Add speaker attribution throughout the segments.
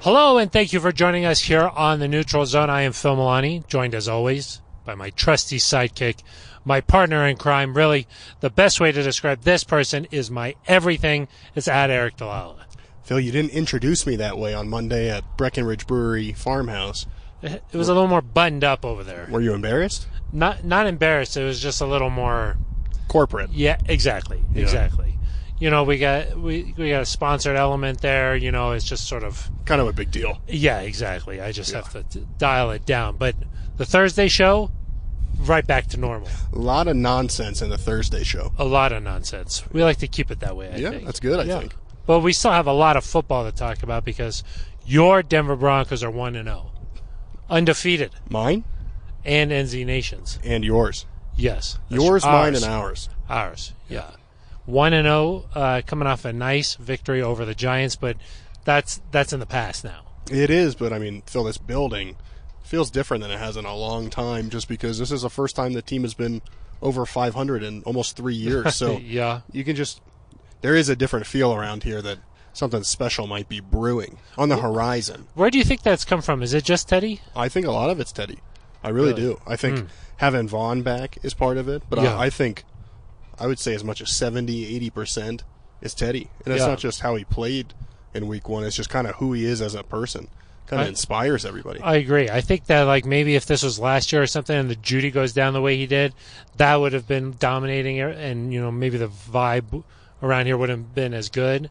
Speaker 1: Hello, and thank you for joining us here on the Neutral Zone. I am Phil Milani, joined as always by my trusty sidekick, my partner in crime. Really, the best way to describe this person is my everything. It's at Eric Delala.
Speaker 2: Phil, you didn't introduce me that way on Monday at Breckenridge Brewery Farmhouse.
Speaker 1: It was a little more buttoned up over there.
Speaker 2: Were you embarrassed?
Speaker 1: Not not embarrassed. It was just a little more.
Speaker 2: Corporate.
Speaker 1: Yeah, exactly, exactly. You know, we got we we got a sponsored element there. You know, it's just sort of
Speaker 2: Kind of a big deal.
Speaker 1: Yeah, exactly. I just have to t- dial it down. But the Thursday show, right back to normal.
Speaker 2: A lot of nonsense in the Thursday show.
Speaker 1: A lot of nonsense. We like to keep it that way. I
Speaker 2: yeah,
Speaker 1: think.
Speaker 2: that's good, I
Speaker 1: Yeah.
Speaker 2: think.
Speaker 1: But we still have a lot of football to talk about because your Denver Broncos are one and zero, undefeated,
Speaker 2: Mine
Speaker 1: and NZ Nations.
Speaker 2: and yours.
Speaker 1: Yes, That's
Speaker 2: Yours, mine,
Speaker 1: ours.
Speaker 2: and ours.
Speaker 1: Ours. Yeah, one and zero, uh, coming off a nice victory over the Giants, but that's that's in the past now.
Speaker 2: It is, but I mean, Phil, this building feels different than it has in a long time just because this is the first time the team has been over 500 in almost three years. So
Speaker 1: Yeah.
Speaker 2: you can just, there is a different feel around here that something special might be brewing on the horizon.
Speaker 1: Where do you think that's come from? Is it just Teddy?
Speaker 2: I think a lot of it's Teddy. I really, do. I think having Vaughn back is part of it, but
Speaker 1: Hmm. Yeah.
Speaker 2: I, I think I would say as much as 70, 80% is Teddy. And it's
Speaker 1: Yeah.
Speaker 2: not just how he played in week one, it's just kind of who he is as a person. Kind of
Speaker 1: I-
Speaker 2: inspires everybody.
Speaker 1: I agree. I think that like maybe if this was last year or something, and the Judy goes down the way he did, that would have been dominating, er- and you know maybe the vibe around here wouldn't have been as good.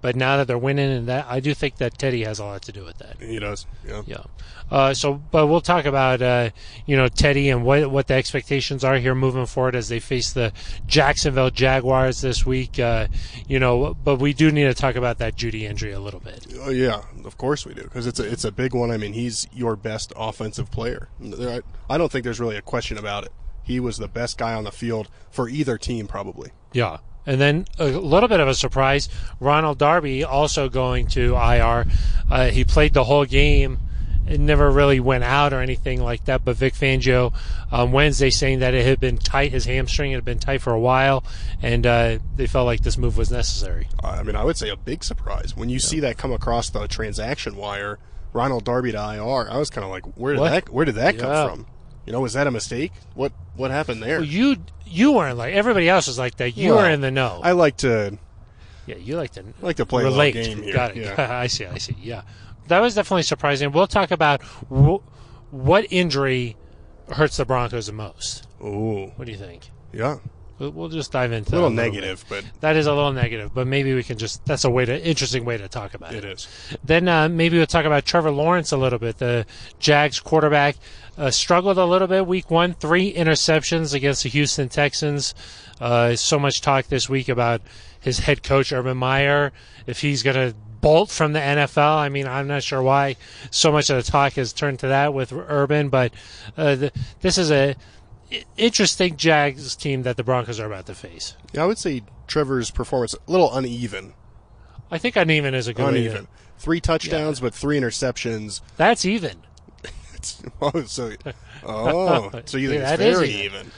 Speaker 1: But now that they're winning, and that I do think that Teddy has a lot to do with that.
Speaker 2: he does. Yeah.
Speaker 1: Yeah. Uh, so, but we'll talk about uh, you know Teddy and what what the expectations are here moving forward as they face the Jacksonville Jaguars this week. Uh, you know, but we do need to talk about that Judy injury a little bit.
Speaker 2: Oh, yeah, of course we do because it's a it's a big one. I mean, he's your best offensive player. There- I I don't think there's really a question about it. He was the best guy on the field for either team, probably.
Speaker 1: Yeah. And then a little bit of a surprise, Ronald Darby also going to IR. Uh, he played the whole game. It never really went out or anything like that. But Vic Fangio on Wednesday saying that it had been tight, his hamstring had been tight for a while, and uh, they felt like this move was necessary.
Speaker 2: I mean, I would say a big surprise when you see that come across the transaction wire, Ronald Darby to IR. I was kind of like, where did
Speaker 1: What?
Speaker 2: that where did that
Speaker 1: Yeah.
Speaker 2: come from? You know, was that a mistake? What what happened there?
Speaker 1: You you weren't like everybody else was like that. You
Speaker 2: Well,
Speaker 1: were in the know.
Speaker 2: I like to
Speaker 1: yeah, you like to
Speaker 2: like to play
Speaker 1: relate.
Speaker 2: a little game here.
Speaker 1: Got it.
Speaker 2: Yeah.
Speaker 1: I see. I see. Yeah, that was definitely surprising. We'll talk about wh- what injury hurts the Broncos the most.
Speaker 2: Ooh,
Speaker 1: What do you think?
Speaker 2: yeah,
Speaker 1: We'll, we'll just dive into
Speaker 2: a little
Speaker 1: that bit.
Speaker 2: negative, but
Speaker 1: That is a little negative, but maybe we can just. That's a way to interesting way to talk about it.
Speaker 2: it is.
Speaker 1: Then uh, maybe we'll talk about Trevor Lawrence a little bit. The Jags quarterback uh, struggled a little bit week one, three interceptions against the Houston Texans. Uh, so much talk this week about his head coach, Urban Meyer, if he's going to bolt from the NFL. I mean, I'm not sure why so much of the talk has turned to that with Urban, but uh, the, this is a. i- Interesting Jags team that the Broncos are about to face.
Speaker 2: Yeah, I would say Trevor's performance a little uneven.
Speaker 1: I think uneven is a good way to-
Speaker 2: Uneven. Three touchdowns, but three interceptions.
Speaker 1: That's even.
Speaker 2: It's, oh, so oh, so you think
Speaker 1: Yeah, that
Speaker 2: it's
Speaker 1: is
Speaker 2: very
Speaker 1: even.
Speaker 2: even?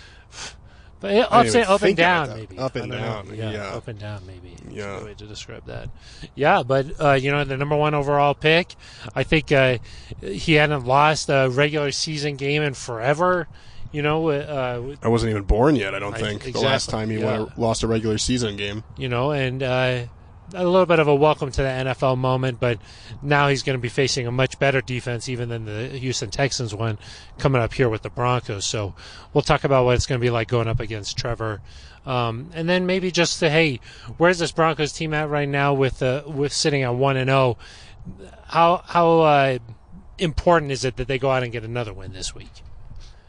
Speaker 1: But it ups
Speaker 2: even
Speaker 1: and, up and
Speaker 2: think about
Speaker 1: down,
Speaker 2: that.
Speaker 1: maybe.
Speaker 2: Up and
Speaker 1: I don't
Speaker 2: down,
Speaker 1: Yeah,
Speaker 2: yeah.
Speaker 1: Up and down, maybe. That's
Speaker 2: Yeah.
Speaker 1: the way to describe that. Yeah, but, uh, you know, the number one overall pick, I think uh, he hadn't lost a regular season game in forever. You know, uh,
Speaker 2: I wasn't even born yet. I don't think the last
Speaker 1: exactly,
Speaker 2: time he
Speaker 1: yeah.
Speaker 2: won- lost a regular season game.
Speaker 1: you know, and uh, a little bit of a welcome to the NFL moment, but now he's going to be facing a much better defense even than the Houston Texans one coming up here with the Broncos. So we'll talk about what it's going to be like going up against Trevor. Um, and then maybe just the hey, where's this Broncos team at right now with uh, with sitting at one and zero? How how uh, important is it that they go out and get another win this week?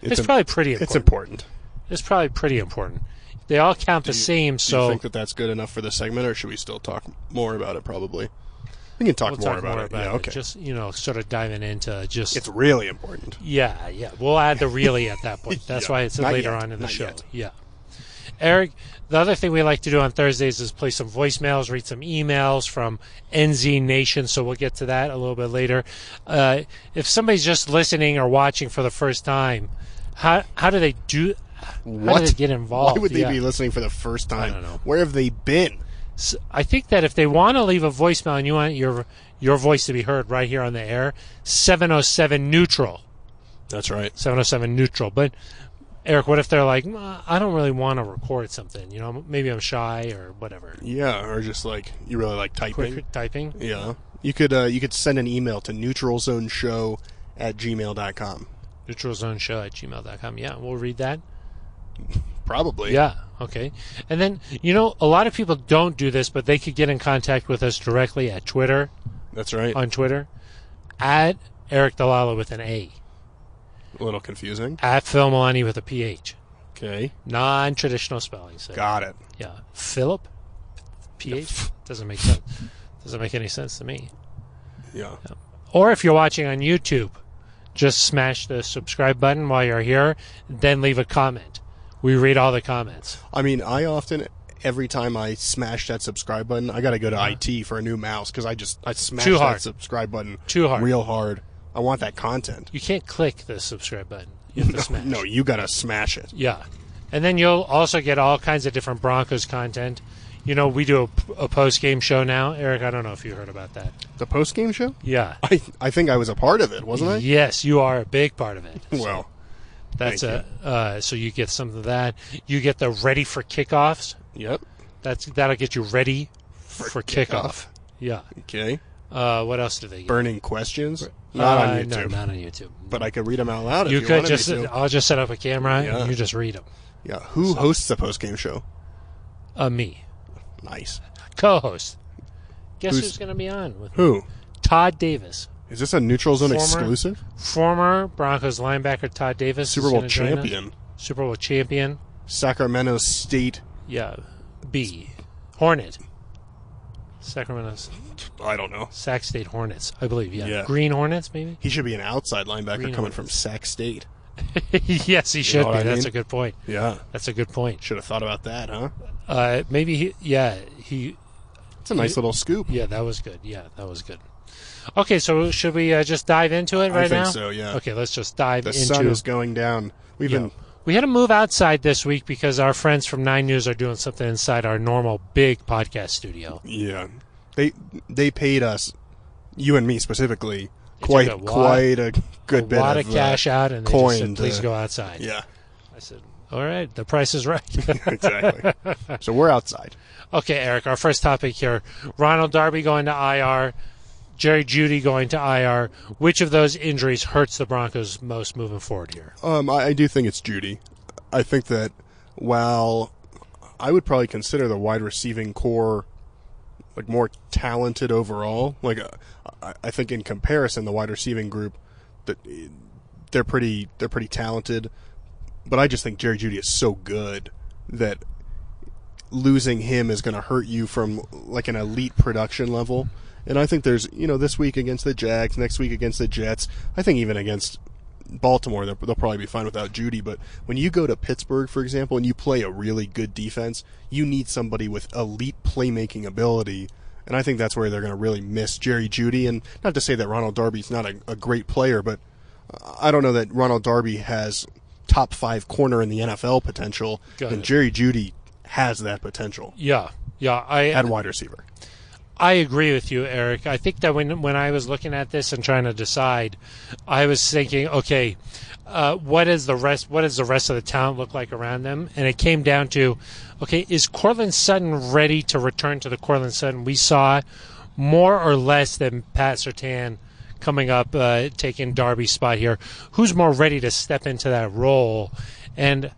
Speaker 1: It's,
Speaker 2: im-
Speaker 1: probably pretty. Important.
Speaker 2: It's important.
Speaker 1: It's probably pretty important. They all count the same,
Speaker 2: Do
Speaker 1: so
Speaker 2: you think that that's good enough for the segment, or should we still talk more about it? Probably. We can talk
Speaker 1: We'll
Speaker 2: more
Speaker 1: talk
Speaker 2: about
Speaker 1: more
Speaker 2: it.
Speaker 1: about
Speaker 2: yeah.
Speaker 1: it.
Speaker 2: Okay.
Speaker 1: Just you know, sort of diving into just
Speaker 2: it's really important.
Speaker 1: yeah, yeah. We'll add the really at that point. That's
Speaker 2: Yeah.
Speaker 1: why it's
Speaker 2: Not
Speaker 1: later
Speaker 2: yet.
Speaker 1: on in the
Speaker 2: Not
Speaker 1: show.
Speaker 2: yet.
Speaker 1: Yeah. Eric, the other thing we like to do on Thursdays is play some voicemails, read some emails from NZ Nation. So we'll get to that a little bit later. Uh, if somebody's just listening or watching for the first time, how how do they do? How
Speaker 2: What?
Speaker 1: do they get involved?
Speaker 2: Why would they
Speaker 1: Yeah.
Speaker 2: be listening for the first time?
Speaker 1: don't know.
Speaker 2: Where have they been?
Speaker 1: S- I think that if they want to leave a voicemail and you want your your voice to be heard right here on the air. 707 neutral.
Speaker 2: That's right.
Speaker 1: 707 neutral. But Eric, what if they're like, "Mm, I don't really want to record something. You know, maybe I'm shy or whatever.
Speaker 2: Yeah, or just like you really like typing.
Speaker 1: Quick typing.
Speaker 2: Yeah. You could uh, you could send an email to neutralzoneshow at gmail.com.
Speaker 1: Neutralzoneshow at gmail.com. Yeah, we'll read that.
Speaker 2: Probably.
Speaker 1: Yeah. Okay. And then, you know, a lot of people don't do this, but they could get in contact with us directly at Twitter,
Speaker 2: That's right.
Speaker 1: on Twitter, at Eric Delala with an A,
Speaker 2: A little confusing.
Speaker 1: at Phil Milani with a PH.
Speaker 2: Okay.
Speaker 1: Non traditional spelling. So,
Speaker 2: Got it.
Speaker 1: yeah. Philip? PH? Doesn't make sense. Doesn't make any sense to me.
Speaker 2: Yeah.
Speaker 1: Or if you're watching on YouTube, just smash the subscribe button while you're here, then leave a comment. We read all the comments.
Speaker 2: I mean, I often every time I smash that subscribe button, I got to go to IT for a new mouse because I just I smash
Speaker 1: Too
Speaker 2: that
Speaker 1: hard.
Speaker 2: subscribe button
Speaker 1: Too hard.
Speaker 2: real hard. I want that content.
Speaker 1: You can't click the subscribe button. You have to smash.
Speaker 2: No, you got to smash it.
Speaker 1: Yeah. And then you'll also get all kinds of different Broncos content. You know, we do a, post game show now. Eric, I don't know if you heard about that.
Speaker 2: The post game show?
Speaker 1: Yeah.
Speaker 2: I I think I was a part of it, wasn't I?
Speaker 1: Yes, you are a big part of it.
Speaker 2: Well,
Speaker 1: That's
Speaker 2: thank
Speaker 1: a uh, so you get some of that. You get the ready for kickoffs.
Speaker 2: yep.
Speaker 1: That's that'll get you ready for, kickoff.
Speaker 2: kickoff.
Speaker 1: Yeah.
Speaker 2: Okay.
Speaker 1: Uh, what else do they get?
Speaker 2: Burning questions. Not on
Speaker 1: Uh,
Speaker 2: YouTube,
Speaker 1: No, not on YouTube.
Speaker 2: but I could read them out loud
Speaker 1: you
Speaker 2: if you
Speaker 1: could
Speaker 2: wanted
Speaker 1: just. uh,
Speaker 2: me to.
Speaker 1: I'll just set up a camera
Speaker 2: Yeah.
Speaker 1: and you just read them.
Speaker 2: yeah. Who hosts the post game show?
Speaker 1: Uh, me,
Speaker 2: Nice.
Speaker 1: co-host. Guess
Speaker 2: Who's-
Speaker 1: who's going to be on with me?
Speaker 2: Who?
Speaker 1: Todd Davis,
Speaker 2: Is this a neutral zone
Speaker 1: Former-
Speaker 2: exclusive?
Speaker 1: former Broncos linebacker Todd Davis, is
Speaker 2: Super Bowl
Speaker 1: gonna join us.
Speaker 2: champion,
Speaker 1: Super Bowl champion.
Speaker 2: Sacramento State.
Speaker 1: Yeah, B Hornet, Sacramento
Speaker 2: I don't know.
Speaker 1: Sac State Hornets, I believe. Yeah,
Speaker 2: Yeah.
Speaker 1: Green Hornets, maybe.
Speaker 2: He should be an outside linebacker
Speaker 1: Green
Speaker 2: coming
Speaker 1: Hornets.
Speaker 2: from Sac State.
Speaker 1: yes, he should
Speaker 2: what
Speaker 1: be.
Speaker 2: I
Speaker 1: That's
Speaker 2: mean?
Speaker 1: a good point.
Speaker 2: Yeah.
Speaker 1: That's a good point.
Speaker 2: Should have thought about that, huh?
Speaker 1: Uh, maybe he. Yeah, he
Speaker 2: It's a nice little scoop.
Speaker 1: Yeah, that was good. Yeah, that was good. Okay, so should we uh, just dive into it right
Speaker 2: I think
Speaker 1: now?
Speaker 2: so, yeah.
Speaker 1: Okay, let's just dive
Speaker 2: The
Speaker 1: into.
Speaker 2: sun is going down. We've
Speaker 1: Yeah.
Speaker 2: been
Speaker 1: We had to move outside this week because our friends from Nine News are doing something inside our normal big podcast studio.
Speaker 2: Yeah. They they paid us you and me specifically
Speaker 1: took
Speaker 2: quite
Speaker 1: a lot-
Speaker 2: quite a good
Speaker 1: A
Speaker 2: bit
Speaker 1: lot of
Speaker 2: of uh,
Speaker 1: cash out, and they just
Speaker 2: coin
Speaker 1: said, "Please
Speaker 2: to-
Speaker 1: go outside."
Speaker 2: Yeah.
Speaker 1: I said, "All right, the price is right."
Speaker 2: Exactly. so we're outside.
Speaker 1: okay, Eric. Our first topic here: Ronald Darby going to IR, Jerry Judy going to IR. Which of those injuries hurts the Broncos most moving forward here?
Speaker 2: Um, I, I do think it's Judy. I think that while I would probably consider the wide receiving core like more talented overall, like uh, I, I think in comparison, the wide receiving group that they're pretty they're pretty talented, but I just think Jerry Judy is so good that losing him is going to hurt you from like an elite production level. And I think there's, you know, this week against the Jags, next week against the Jets. I think even against Baltimore, they'll, they'll probably be fine without Judy. But when you go to Pittsburgh, for example, and you play a really good defense, you need somebody with elite playmaking ability. And I think that's where they're going to really miss Jerry Judy. And not to say that Ronald Darby's not a, a great player, but I don't know that Ronald Darby has top five corner in the NFL potential.
Speaker 1: Got
Speaker 2: and
Speaker 1: it.
Speaker 2: Jerry Judy has that potential
Speaker 1: Yeah, yeah. I
Speaker 2: at wide receiver.
Speaker 1: I agree with you, Eric. I think that when when I was looking at this and trying to decide, I was thinking, okay, uh, what is the rest? What does the rest of the town look like around them? And it came down to, okay, is Cortland Sutton ready to return to the Cortland Sutton we saw, more or less than Pat Sertan coming up, uh, taking Darby's spot here? Who's more ready to step into that role? And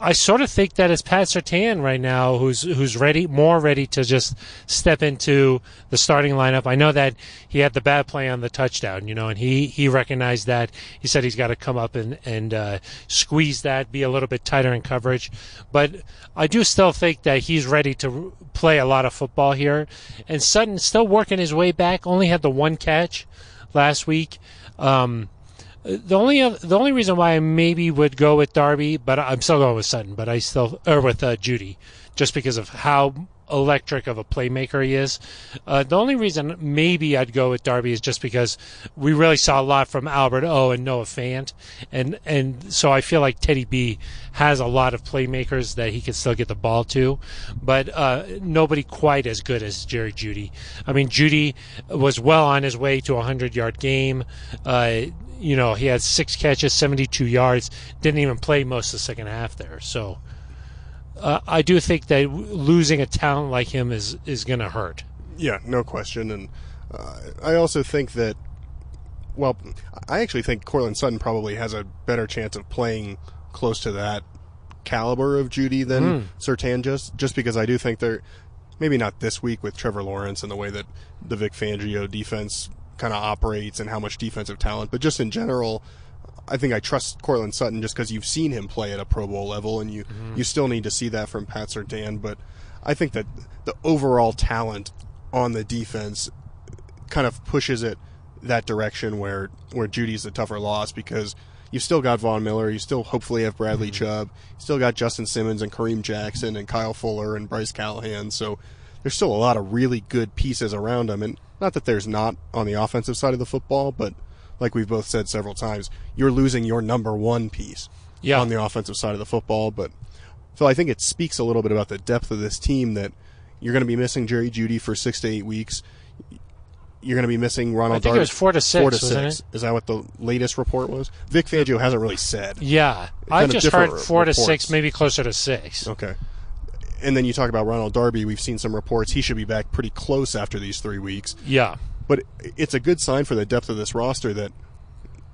Speaker 1: I sort of think that it's Pat Sertan right now who's who's ready, more ready to just step into the starting lineup. I know that he had the bad play on the touchdown, you know, and he he recognized that. He said he's got to come up and and uh, squeeze that, be a little bit tighter in coverage. But I do still think that he's ready to play a lot of football here. And Sutton still working his way back. Only had the one catch last week. Um, the only oth- the only reason why I maybe would go with Darby, but I'm still going with Sutton, but I still or with uh, Judy, just because of how electric of a playmaker he is. Uh, the only reason maybe I'd go with Darby is just because we really saw a lot from Albert O and Noah Fant, and and so I feel like Teddy B has a lot of playmakers that he can still get the ball to, but uh, nobody quite as good as Jerry Judy. I mean, Judy was well on his way to a hundred yard game. Uh, you know, he had six catches, 72 yards, didn't even play most of the second half there. So uh, I do think that w- losing a talent like him is, is going to hurt.
Speaker 2: Yeah, no question. And uh, I also think that, well, I actually think Cortland Sutton probably has a better chance of playing close to that caliber of Judy than
Speaker 1: Mm.
Speaker 2: Sertan just, just because I do think they're maybe not this week with Trevor Lawrence and the way that the Vic Fangio defense kind of operates and how much defensive talent, but just in general, I think I trust Cortland Sutton just because you've seen him play at a Pro Bowl level, and you you still need to see that from Pat Sertan. But I think that the overall talent on the defense kind of pushes it that direction where where Judy's the tougher loss because you still got Von Miller, you still hopefully have Bradley Chubb, you still got Justin Simmons and Kareem Jackson and Kyle Fuller and Bryce Callahan. So there's still a lot of really good pieces around him, and not that there's not on the offensive side of the football, but like we've both said several times, you're losing your number one piece
Speaker 1: Yeah.
Speaker 2: on the offensive side of the football. But so I think it speaks a little bit about the depth of this team that you're going to be missing Jerry Judy for six to eight weeks. You're going to be missing Ronald.
Speaker 1: I think it was
Speaker 2: Darby-
Speaker 1: four to six,
Speaker 2: Four to
Speaker 1: wasn't
Speaker 2: six. Is that what the latest report was? Vic Fangio hasn't really said.
Speaker 1: Yeah.
Speaker 2: Kind
Speaker 1: I
Speaker 2: of
Speaker 1: just
Speaker 2: different
Speaker 1: heard four to
Speaker 2: reports.
Speaker 1: six, maybe closer to six.
Speaker 2: Okay. And then you talk about Ronald Darby. We've seen some reports he should be back pretty close after these three weeks.
Speaker 1: Yeah.
Speaker 2: But it's a good sign for the depth of this roster that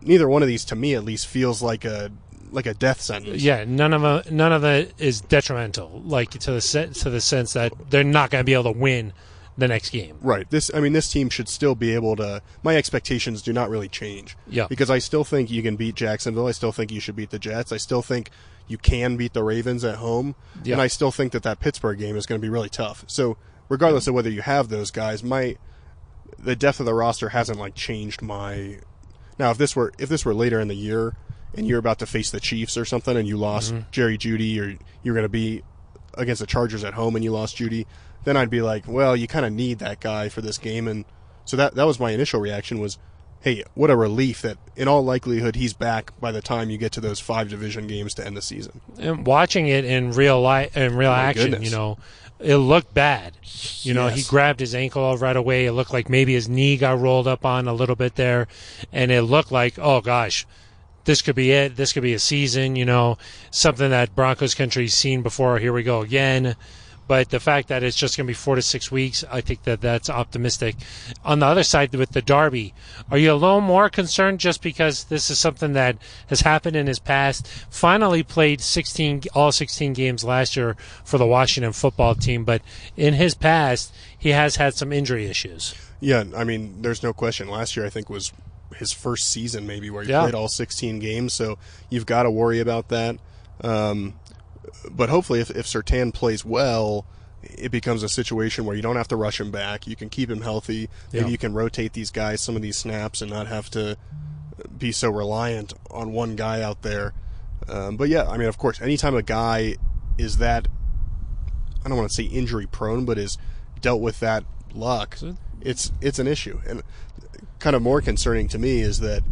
Speaker 2: neither one of these, to me at least, feels like a like a death sentence.
Speaker 1: Yeah, none of them, none of it is detrimental, like to the se- to the sense that they're not going to be able to win the next game.
Speaker 2: Right. This I mean this team should still be able to my expectations do not really change.
Speaker 1: Yeah.
Speaker 2: Because I still think you can beat Jacksonville. I still think you should beat the Jets. I still think you can beat the Ravens at home.
Speaker 1: Yeah.
Speaker 2: And I still think that that Pittsburgh game is going to be really tough. So regardless of whether you have those guys, my the depth of the roster hasn't like changed my now if this were if this were later in the year and you're about to face the Chiefs or something and you lost Jerry Judy or you're going to be against the Chargers at home and you lost Judy, then I'd be like, well, you kind of need that guy for this game and so that that was my initial reaction was hey, what a relief that in all likelihood he's back by the time you get to those five division games to end the season.
Speaker 1: and watching it in real life in real action,
Speaker 2: goodness.
Speaker 1: you know, it looked bad. You know, he
Speaker 2: Yes.
Speaker 1: grabbed his ankle right away. It looked like maybe his knee got rolled up on a little bit there, and it looked like, oh gosh, this could be it. This could be a season. You know, something that Broncos country's seen before. Here we go again. But the fact that it's just going to be four to six weeks, I think that that's optimistic. On the other side, with the Derby, are you a little more concerned just because this is something that has happened in his past? Finally played 16, all 16 games last year for the Washington football team, but in his past, he has had some injury issues.
Speaker 2: Yeah, I mean, there's no question. Last year, I think was his first season, maybe where he
Speaker 1: Yeah.
Speaker 2: played all 16 games. So you've got to worry about that. Um, but hopefully, if, if Sertan plays well, it becomes a situation where you don't have to rush him back. You can keep him healthy. Maybe
Speaker 1: Yeah.
Speaker 2: you can rotate these guys some of these snaps and not have to be so reliant on one guy out there. Um, but yeah, I mean, of course, anytime a guy is that I don't want to say injury prone, but is dealt with that luck. It's it's an issue, and kind of more concerning to me is that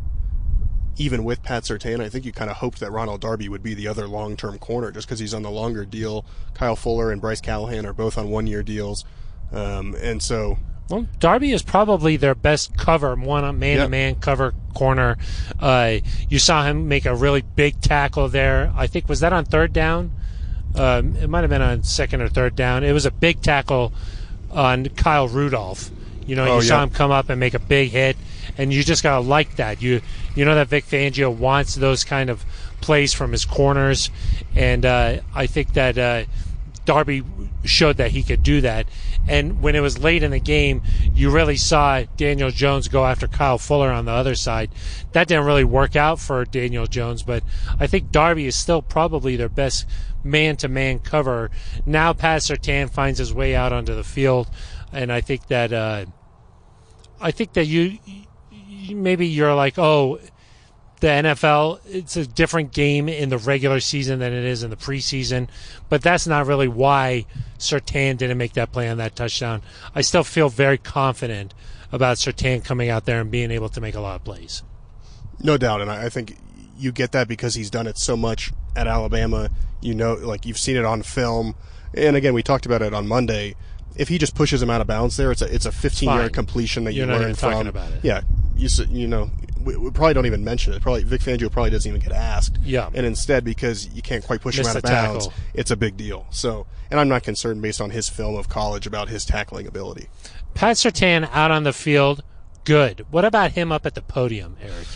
Speaker 2: even with Pat Sertan, I think you kind of hoped that Ronald Darby would be the other long term corner, just because he's on the longer deal. Kyle Fuller and Bryce Callahan are both on one year deals, um, and so
Speaker 1: Well, Darby is probably their best cover, one man to man cover corner. Uh, you saw him make a really big tackle there. I think was that on third down. Um, it might have been on second or third down. It was a big tackle on Kyle Rudolph. You know,
Speaker 2: Oh,
Speaker 1: you saw
Speaker 2: yeah.
Speaker 1: him come up and make a big hit, and you just gotta like that. You you know that Vic Fangio wants those kind of plays from his corners, and uh, I think that uh, Darby showed that he could do that. And when it was late in the game, you really saw Daniel Jones go after Kyle Fuller on the other side. That didn't really work out for Daniel Jones, but I think Darby is still probably their best man-to-man cover. Now, Pat Sertan finds his way out onto the field, and I think that. Uh, I think that you, you maybe you're like, oh, the NFL, it's a different game in the regular season than it is in the preseason. But that's not really why Sertan didn't make that play on that touchdown. I still feel very confident about Sertan coming out there and being able to make a lot of plays.
Speaker 2: No doubt, and I, I think you get that because he's done it so much at Alabama. You know, like you've seen it on film, and again, we talked about it on Monday. If he just pushes him out of bounds there, it's a it's a 15
Speaker 1: Fine.
Speaker 2: yard completion that
Speaker 1: You're
Speaker 2: you
Speaker 1: not
Speaker 2: learn
Speaker 1: even
Speaker 2: from.
Speaker 1: talking about it.
Speaker 2: Yeah, you s- you know, we, we probably don't even mention it. Probably Vic Fangio probably doesn't even get asked.
Speaker 1: Yeah.
Speaker 2: and instead because you can't quite push him
Speaker 1: Missed
Speaker 2: out of
Speaker 1: the tackle.
Speaker 2: bounds, it's a big deal. So, and I'm not concerned based on his film of college about his tackling ability.
Speaker 1: Pat Sertan out on the field, good. What about him up at the podium, Eric?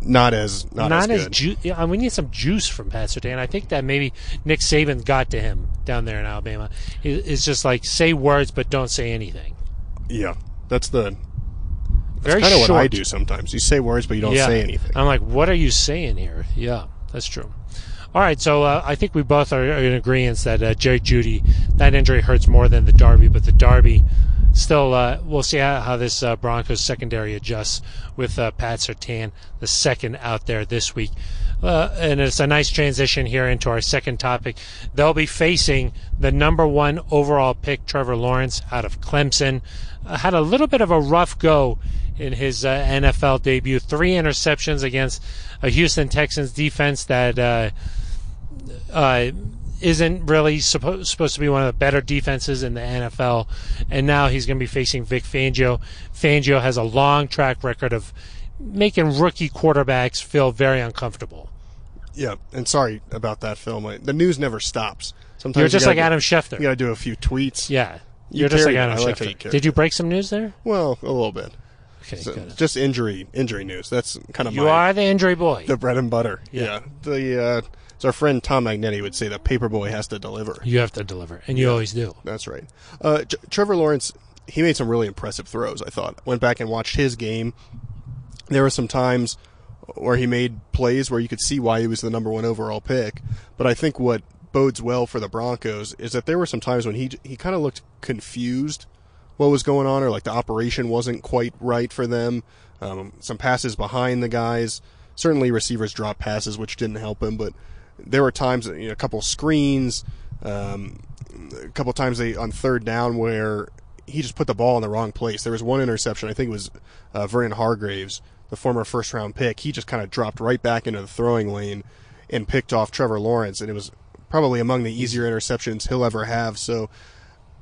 Speaker 2: Not as not,
Speaker 1: Not as
Speaker 2: as, Oh, good.
Speaker 1: ju- yeah, we need some juice from Pat Sertan. I think that maybe Nick Saban got to him down there in Alabama. It- It's just like say words but don't say anything.
Speaker 2: yeah, that's the
Speaker 1: Very
Speaker 2: kind of
Speaker 1: short.
Speaker 2: what I do sometimes. You say words, but you don't
Speaker 1: yeah.
Speaker 2: say anything.
Speaker 1: I'm like, what are you saying here? Yeah, that's true. All right, so uh, I think we both are, are in agreement that uh, Jerry Judy that injury hurts more than the Derby, but the Derby still. Uh, we'll see how, how this uh, Broncos secondary adjusts with uh, Pat Sertan, the second out there this week, uh, and it's a nice transition here into our second topic. They'll be facing the number one overall pick, Trevor Lawrence, out of Clemson. Uh, had a little bit of a rough go in his uh, NFL debut. Three interceptions against a Houston Texans defense that uh, uh, isn't really suppo- supposed to be one of the better defenses in the NFL. And now he's going to be facing Vic Fangio. Fangio has a long track record of making rookie quarterbacks feel very uncomfortable.
Speaker 2: Yeah, and sorry about that film. I- The news never stops. Sometimes
Speaker 1: You're
Speaker 2: you
Speaker 1: just
Speaker 2: gotta
Speaker 1: like
Speaker 2: do-
Speaker 1: Adam
Speaker 2: You
Speaker 1: Schefter.
Speaker 2: got to do a few tweets.
Speaker 1: Yeah.
Speaker 2: You
Speaker 1: You're just like
Speaker 2: carried it.
Speaker 1: Adam
Speaker 2: I like how you
Speaker 1: Schefter.
Speaker 2: carried
Speaker 1: Did you break some news there?
Speaker 2: Well, a little bit.
Speaker 1: Okay,
Speaker 2: So,
Speaker 1: good.
Speaker 2: just injury, injury news. That's kind of
Speaker 1: You
Speaker 2: my,
Speaker 1: are the injury boy.
Speaker 2: the bread and butter.
Speaker 1: Yeah.
Speaker 2: Yeah. The uh, as our friend Tom Magnetti would say, the paper boy has to deliver.
Speaker 1: you have to deliver, and you always do.
Speaker 2: That's right. Uh, J- Trevor Lawrence, he made some really impressive throws. I thought. Went back and watched his game. There were some times where he made plays where you could see why he was the number one overall pick. But I think what bodes well for the Broncos is that there were some times when he he kind of looked confused what was going on, or like the operation wasn't quite right for them. Um, some passes behind the guys. Certainly, receivers dropped passes, which didn't help him. But there were times, you know, a couple screens, um, a couple times they on third down where he just put the ball in the wrong place. There was one interception. I think it was uh, Vernon Hargraves, the former first round pick. He just kind of dropped right back into the throwing lane and picked off Trevor Lawrence, and it was probably among the easier interceptions he'll ever have. So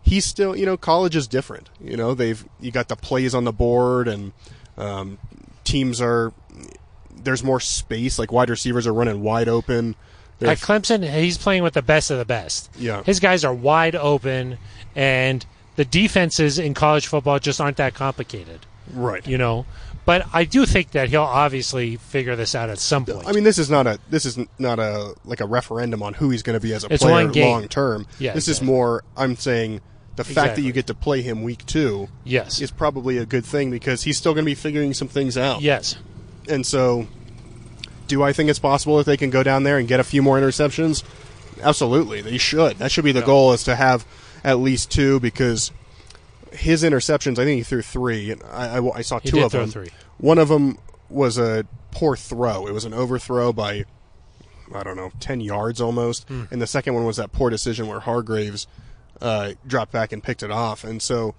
Speaker 2: he's still you know college is different you know they've you got the plays on the board and um, teams are there's more space like wide receivers are running wide open They're-
Speaker 1: At Clemson, he's playing with the best of the best.
Speaker 2: Yeah.
Speaker 1: His guys are wide open, and the defenses in college football just aren't that complicated,
Speaker 2: right
Speaker 1: you know? But I do think that he'll obviously figure this out at some point.
Speaker 2: I mean, this is not a this is not a like a referendum on who he's going to be as a
Speaker 1: It's
Speaker 2: player
Speaker 1: one game.
Speaker 2: long term.
Speaker 1: Yeah,
Speaker 2: this
Speaker 1: exactly.
Speaker 2: is more. I'm saying the fact that
Speaker 1: Exactly.
Speaker 2: you get to play him week two
Speaker 1: yes.
Speaker 2: is probably a good thing because he's still going to be figuring some things out.
Speaker 1: Yes.
Speaker 2: And so, do I think it's possible that they can go down there and get a few more interceptions? Absolutely, they should. That should be the goal is to have at least two because his interceptions. I think he threw three, and I, I- I saw two
Speaker 1: did
Speaker 2: of
Speaker 1: throw
Speaker 2: them.
Speaker 1: three.
Speaker 2: One of them was a poor throw. It was an overthrow by I don't know ten yards almost, and the second one was that poor decision where Hargraves uh, dropped back and picked it off. And so,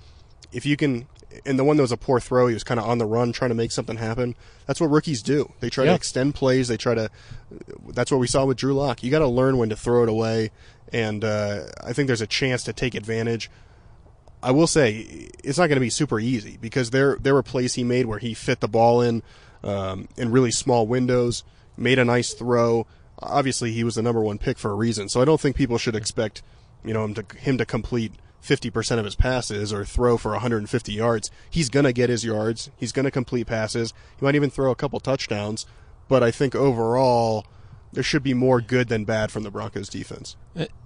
Speaker 2: if you can, and the one that was a poor throw, he was kind of on the run trying to make something happen. That's what rookies do. They try
Speaker 1: Yeah.
Speaker 2: to extend plays. They try to. That's what we saw with Drew Lock. You got to learn when to throw it away, and uh, I think there's a chance to take advantage. I will say it's not going to be super easy because there there were plays he made where he fit the ball in um, in really small windows, made a nice throw. Obviously, he was the number one pick for a reason, so I don't think people should expect you know him to him to complete. 50% of his passes or throw for 150 yards. He's going to get his yards. He's going to complete passes. He might even throw a couple touchdowns. But I think overall, there should be more good than bad from the Broncos defense.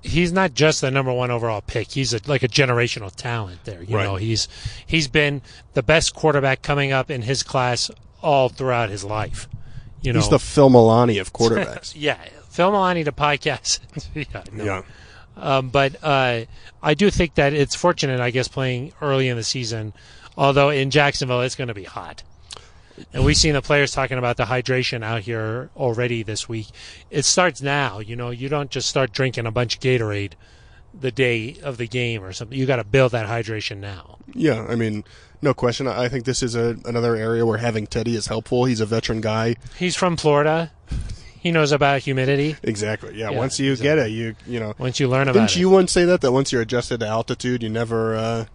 Speaker 1: he's not just the number one overall pick. He's a, like a generational talent there. You
Speaker 2: Right.
Speaker 1: know, he's he's been the best quarterback coming up in his class all throughout his life. You know,
Speaker 2: He's the Phil Milani of quarterbacks.
Speaker 1: yeah, Phil Milani to podcast. yeah, no.
Speaker 2: yeah.
Speaker 1: Um, but uh, I do think that it's fortunate, I guess, playing early in the season. Although in Jacksonville, it's going to be hot. and we've seen the players talking about the hydration out here already this week. It starts now. You know, you don't just start drinking a bunch of Gatorade the day of the game or something. You got to build that hydration now.
Speaker 2: Yeah, I mean, no question. I I think this is a, another area where having Teddy is helpful. He's a veteran guy.
Speaker 1: He's from Florida. He knows about humidity.
Speaker 2: Exactly. Yeah.
Speaker 1: Yeah,
Speaker 2: once you get it, you you know.
Speaker 1: Once you learn about
Speaker 2: Didn't
Speaker 1: it.
Speaker 2: you once say that that once you're adjusted to altitude, you never? Uh,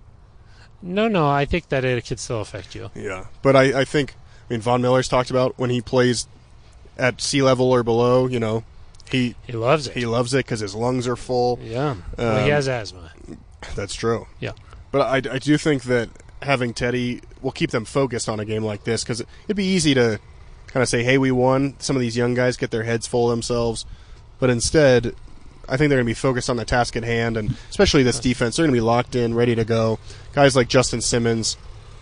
Speaker 1: No, no, I think that it could still affect you.
Speaker 2: yeah. But I, I think I mean Von Miller's talked about when he plays at sea level or below. You know, he
Speaker 1: He loves it.
Speaker 2: he loves it because his lungs are full.
Speaker 1: yeah. well, he
Speaker 2: Um,
Speaker 1: has asthma.
Speaker 2: That's true.
Speaker 1: Yeah.
Speaker 2: But I, I do think that having Teddy will keep them focused on a game like this because it'd be easy to kind of say, hey, we won. Some of these young guys get their heads full of themselves. But instead, I think they're going to be focused on the task at hand, and especially this defense. They're going to be locked in, ready to go. Guys like Justin Simmons.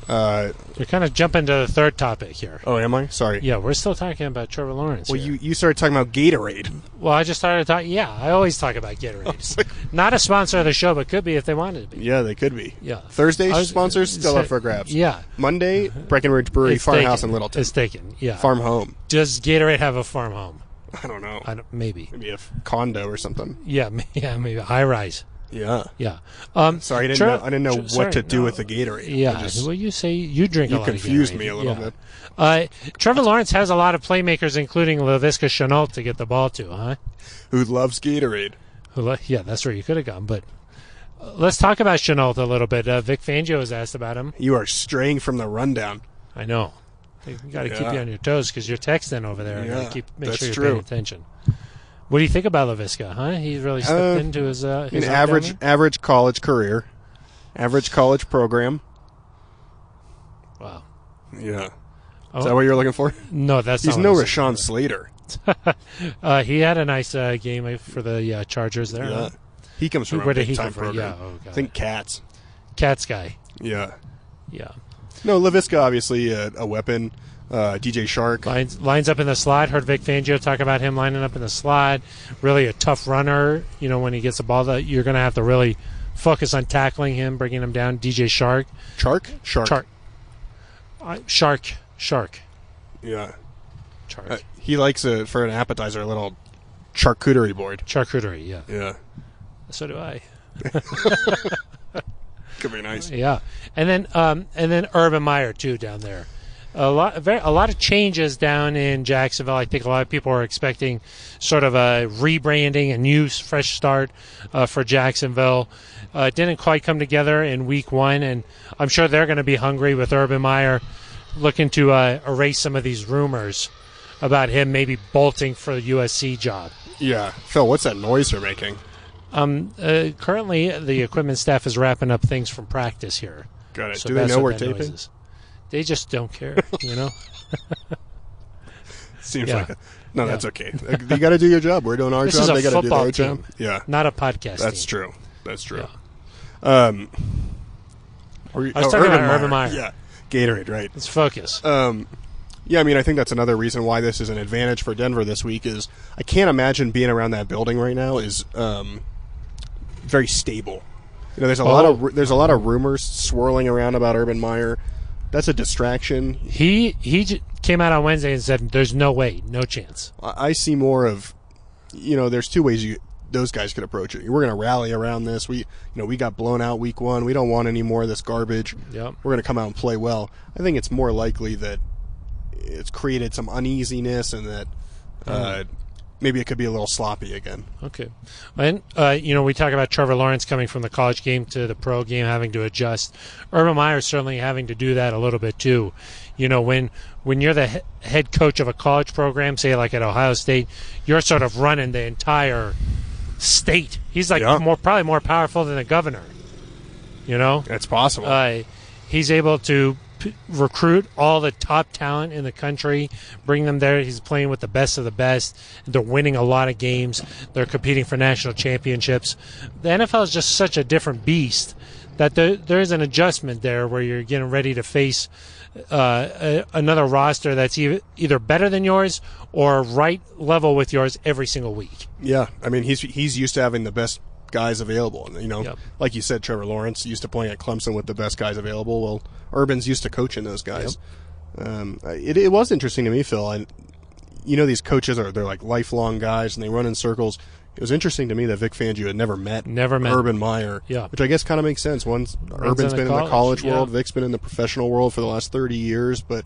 Speaker 2: Uh,
Speaker 1: You're kind of jumping to the third topic here.
Speaker 2: oh, am I? Sorry.
Speaker 1: Yeah, we're still talking about Trevor Lawrence.
Speaker 2: Well,
Speaker 1: here.
Speaker 2: you, you started talking about Gatorade.
Speaker 1: Well, I just started talking. Yeah, I always talk about Gatorade.
Speaker 2: Oh,
Speaker 1: Not a sponsor of the show, but could be if they wanted to be.
Speaker 2: Yeah, they could be.
Speaker 1: Yeah.
Speaker 2: Thursday
Speaker 1: I was-
Speaker 2: sponsors still up
Speaker 1: so-
Speaker 2: for grabs.
Speaker 1: Yeah.
Speaker 2: Monday, Breckenridge Brewery,
Speaker 1: It's
Speaker 2: Farmhouse,
Speaker 1: taken.
Speaker 2: and Littleton.
Speaker 1: It's taken. Yeah.
Speaker 2: Farm home.
Speaker 1: Does Gatorade have a farm home?
Speaker 2: I don't know.
Speaker 1: I don't, maybe.
Speaker 2: Maybe a f- condo or something.
Speaker 1: Yeah. m- Yeah. Maybe a high rise.
Speaker 2: Yeah.
Speaker 1: Yeah. Um,
Speaker 2: Sorry, I didn't
Speaker 1: Sure.
Speaker 2: know. I didn't know
Speaker 1: Sure,
Speaker 2: what
Speaker 1: sorry,
Speaker 2: to do
Speaker 1: no.
Speaker 2: with the Gatorade. I
Speaker 1: Yeah,
Speaker 2: just-
Speaker 1: well, you say you drink. a
Speaker 2: You
Speaker 1: lot
Speaker 2: confused
Speaker 1: of Gatorade.
Speaker 2: me a little
Speaker 1: Yeah.
Speaker 2: bit.
Speaker 1: Uh, Trevor Lawrence has a lot of playmakers, including Lavisca Chenault, to get the ball to, huh?
Speaker 2: who loves Gatorade?
Speaker 1: Who le- Yeah, that's where you could have gone. But uh, let's talk about Chenault a little bit. Uh, Vic Fangio was asked about him.
Speaker 2: You are straying from the rundown.
Speaker 1: I know. You got to keep
Speaker 2: Yeah.
Speaker 1: you on your toes because you're texting over there. Yeah,
Speaker 2: Yeah,
Speaker 1: keep make
Speaker 2: that's
Speaker 1: sure you're
Speaker 2: true.
Speaker 1: paying attention. What do you think about Lavisca? Huh? He really stepped
Speaker 2: Uh,
Speaker 1: into his, uh,
Speaker 2: An
Speaker 1: his up down
Speaker 2: average, average college career, average college program.
Speaker 1: there? Wow.
Speaker 2: Yeah.
Speaker 1: Oh.
Speaker 2: Is that what you're looking for?
Speaker 1: No, that's
Speaker 2: He's
Speaker 1: not
Speaker 2: no
Speaker 1: what I said.
Speaker 2: Rashawn Slater.
Speaker 1: Uh, he had a nice uh, game for the uh, Chargers there.
Speaker 2: Yeah.
Speaker 1: huh?
Speaker 2: He comes from a
Speaker 1: Where did
Speaker 2: big
Speaker 1: he
Speaker 2: time
Speaker 1: come from?
Speaker 2: program.
Speaker 1: Yeah, oh, God.
Speaker 2: I think Cats.
Speaker 1: Cats guy.
Speaker 2: Yeah.
Speaker 1: Yeah.
Speaker 2: No, Lavisca obviously a, a weapon. Uh, DJ Shark.
Speaker 1: lines lines up in the slot. Heard Vic Fangio talk about him lining up in the slot. Really a tough runner. You know when he gets the ball, that you're going to have to really focus on tackling him, bringing him down. DJ Shark,
Speaker 2: Shark? Shark.
Speaker 1: Shark, uh, Shark, Shark,
Speaker 2: Yeah.
Speaker 1: Shark,
Speaker 2: Uh, he likes a, for an appetizer a little charcuterie board.
Speaker 1: charcuterie. Yeah,
Speaker 2: Yeah.
Speaker 1: so do I.
Speaker 2: Could be nice.
Speaker 1: Yeah, and then um, and then Urban Meyer too down there. A lot, very, a lot of changes down in Jacksonville. I think a lot of people are expecting sort of a rebranding, a new s- fresh start uh, for Jacksonville. Uh, it didn't quite come together in Week One, and I'm sure they're going to be hungry with Urban Meyer looking to uh, erase some of these rumors about him maybe bolting for the USC job.
Speaker 2: Yeah. Phil, what's that noise you're making?
Speaker 1: Um, uh, currently, the equipment staff is wrapping up things from practice here.
Speaker 2: Got it.
Speaker 1: So
Speaker 2: Do they
Speaker 1: that's
Speaker 2: know
Speaker 1: what
Speaker 2: we're
Speaker 1: that noise
Speaker 2: taping?
Speaker 1: is. They just don't care, you know.
Speaker 2: Seems
Speaker 1: Yeah.
Speaker 2: like it. No, that's okay. you got to do your job. We're doing our
Speaker 1: This
Speaker 2: job.
Speaker 1: is a
Speaker 2: they got to do
Speaker 1: football
Speaker 2: their
Speaker 1: team.
Speaker 2: job. Yeah,
Speaker 1: Not a podcast.
Speaker 2: that's
Speaker 1: team.
Speaker 2: true. That's true. Um, are you-
Speaker 1: I was
Speaker 2: oh,
Speaker 1: talking about Urban Meyer.
Speaker 2: Yeah, Gatorade, right?
Speaker 1: Let's focus.
Speaker 2: Um, yeah, I mean, I think that's another reason why this is an advantage for Denver this week is I can't imagine being around that building right now is um, very stable. You know, there's a
Speaker 1: Oh.
Speaker 2: lot of ru- there's a lot of rumors swirling around about Urban Meyer. That's a distraction.
Speaker 1: he he j- came out on Wednesday and said, "There's no way, no chance."
Speaker 2: I I see more of, you know, there's two ways you those guys could approach it. We're going to rally around this. We, you know, we got blown out week one. We don't want any more of this garbage.
Speaker 1: Yep.
Speaker 2: We're going to come out and play well. I think it's more likely that it's created some uneasiness and that uh, maybe it could be a little sloppy again.
Speaker 1: Okay. And, uh, you know, we talk about Trevor Lawrence coming from the college game to the pro game, having to adjust. Urban Meyer certainly having to do that a little bit, too. You know, when when you're the he- head coach of a college program, say like at Ohio State, you're sort of running the entire state. He's like
Speaker 2: Yeah.
Speaker 1: more probably more powerful than the governor, you know?
Speaker 2: That's possible.
Speaker 1: Uh, he's able to p- recruit all the top talent in the country, bring them there. He's playing with the best of the best. They're winning a lot of games. They're competing for national championships. The NFL is just such a different beast that there, there is an adjustment there where you're getting ready to face uh, a, another roster that's e- either better than yours or right level with yours every single week.
Speaker 2: yeah, I mean, he's he's used to having the best guys available. And, You know,
Speaker 1: Yep.
Speaker 2: like you said, Trevor Lawrence used to playing at Clemson with the best guys available. Well, Urban's used to coaching those guys. Um, it, it was interesting to me, Phil. And you know, these coaches are they're like lifelong guys, and they run in circles. It was interesting to me that Vic Fangio had never met
Speaker 1: Never met.
Speaker 2: Urban Meyer,
Speaker 1: Yeah.
Speaker 2: which I guess kind of makes sense. One's Urban's
Speaker 1: in the
Speaker 2: been in the
Speaker 1: college,
Speaker 2: college world,
Speaker 1: yeah.
Speaker 2: Vic's been in the professional world for the last thirty years, but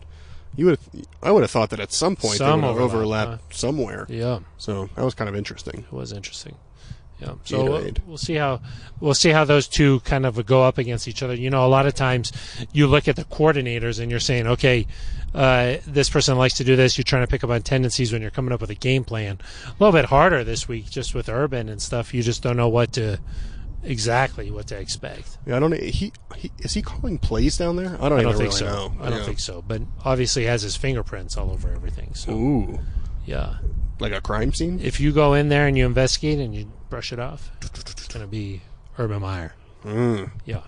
Speaker 2: you would I would have thought that at some point
Speaker 1: Some
Speaker 2: they would have
Speaker 1: overlap,
Speaker 2: overlapped somewhere.
Speaker 1: Yeah.
Speaker 2: So that was kind of interesting.
Speaker 1: It was interesting. Yeah. So uh,
Speaker 2: Gatorade.
Speaker 1: we'll see how we'll see how those two kind of go up against each other. You know, a lot of times you look at the coordinators and you're saying, okay, uh, this person likes to do this. You're trying to pick up on tendencies when you're coming up with a game plan. A little bit harder this week, just with Urban and stuff. You just don't know what to exactly what to expect.
Speaker 2: Yeah, I don't. He, he is he calling plays down there? I don't.
Speaker 1: I don't
Speaker 2: even
Speaker 1: think
Speaker 2: really
Speaker 1: so.
Speaker 2: Know.
Speaker 1: I don't
Speaker 2: Yeah.
Speaker 1: think so. But obviously has his fingerprints all over everything. So
Speaker 2: Ooh,
Speaker 1: yeah,
Speaker 2: like a crime scene.
Speaker 1: if you go in there and you investigate and you brush it off, it's going to be Urban Meyer.
Speaker 2: Mm,
Speaker 1: Yeah.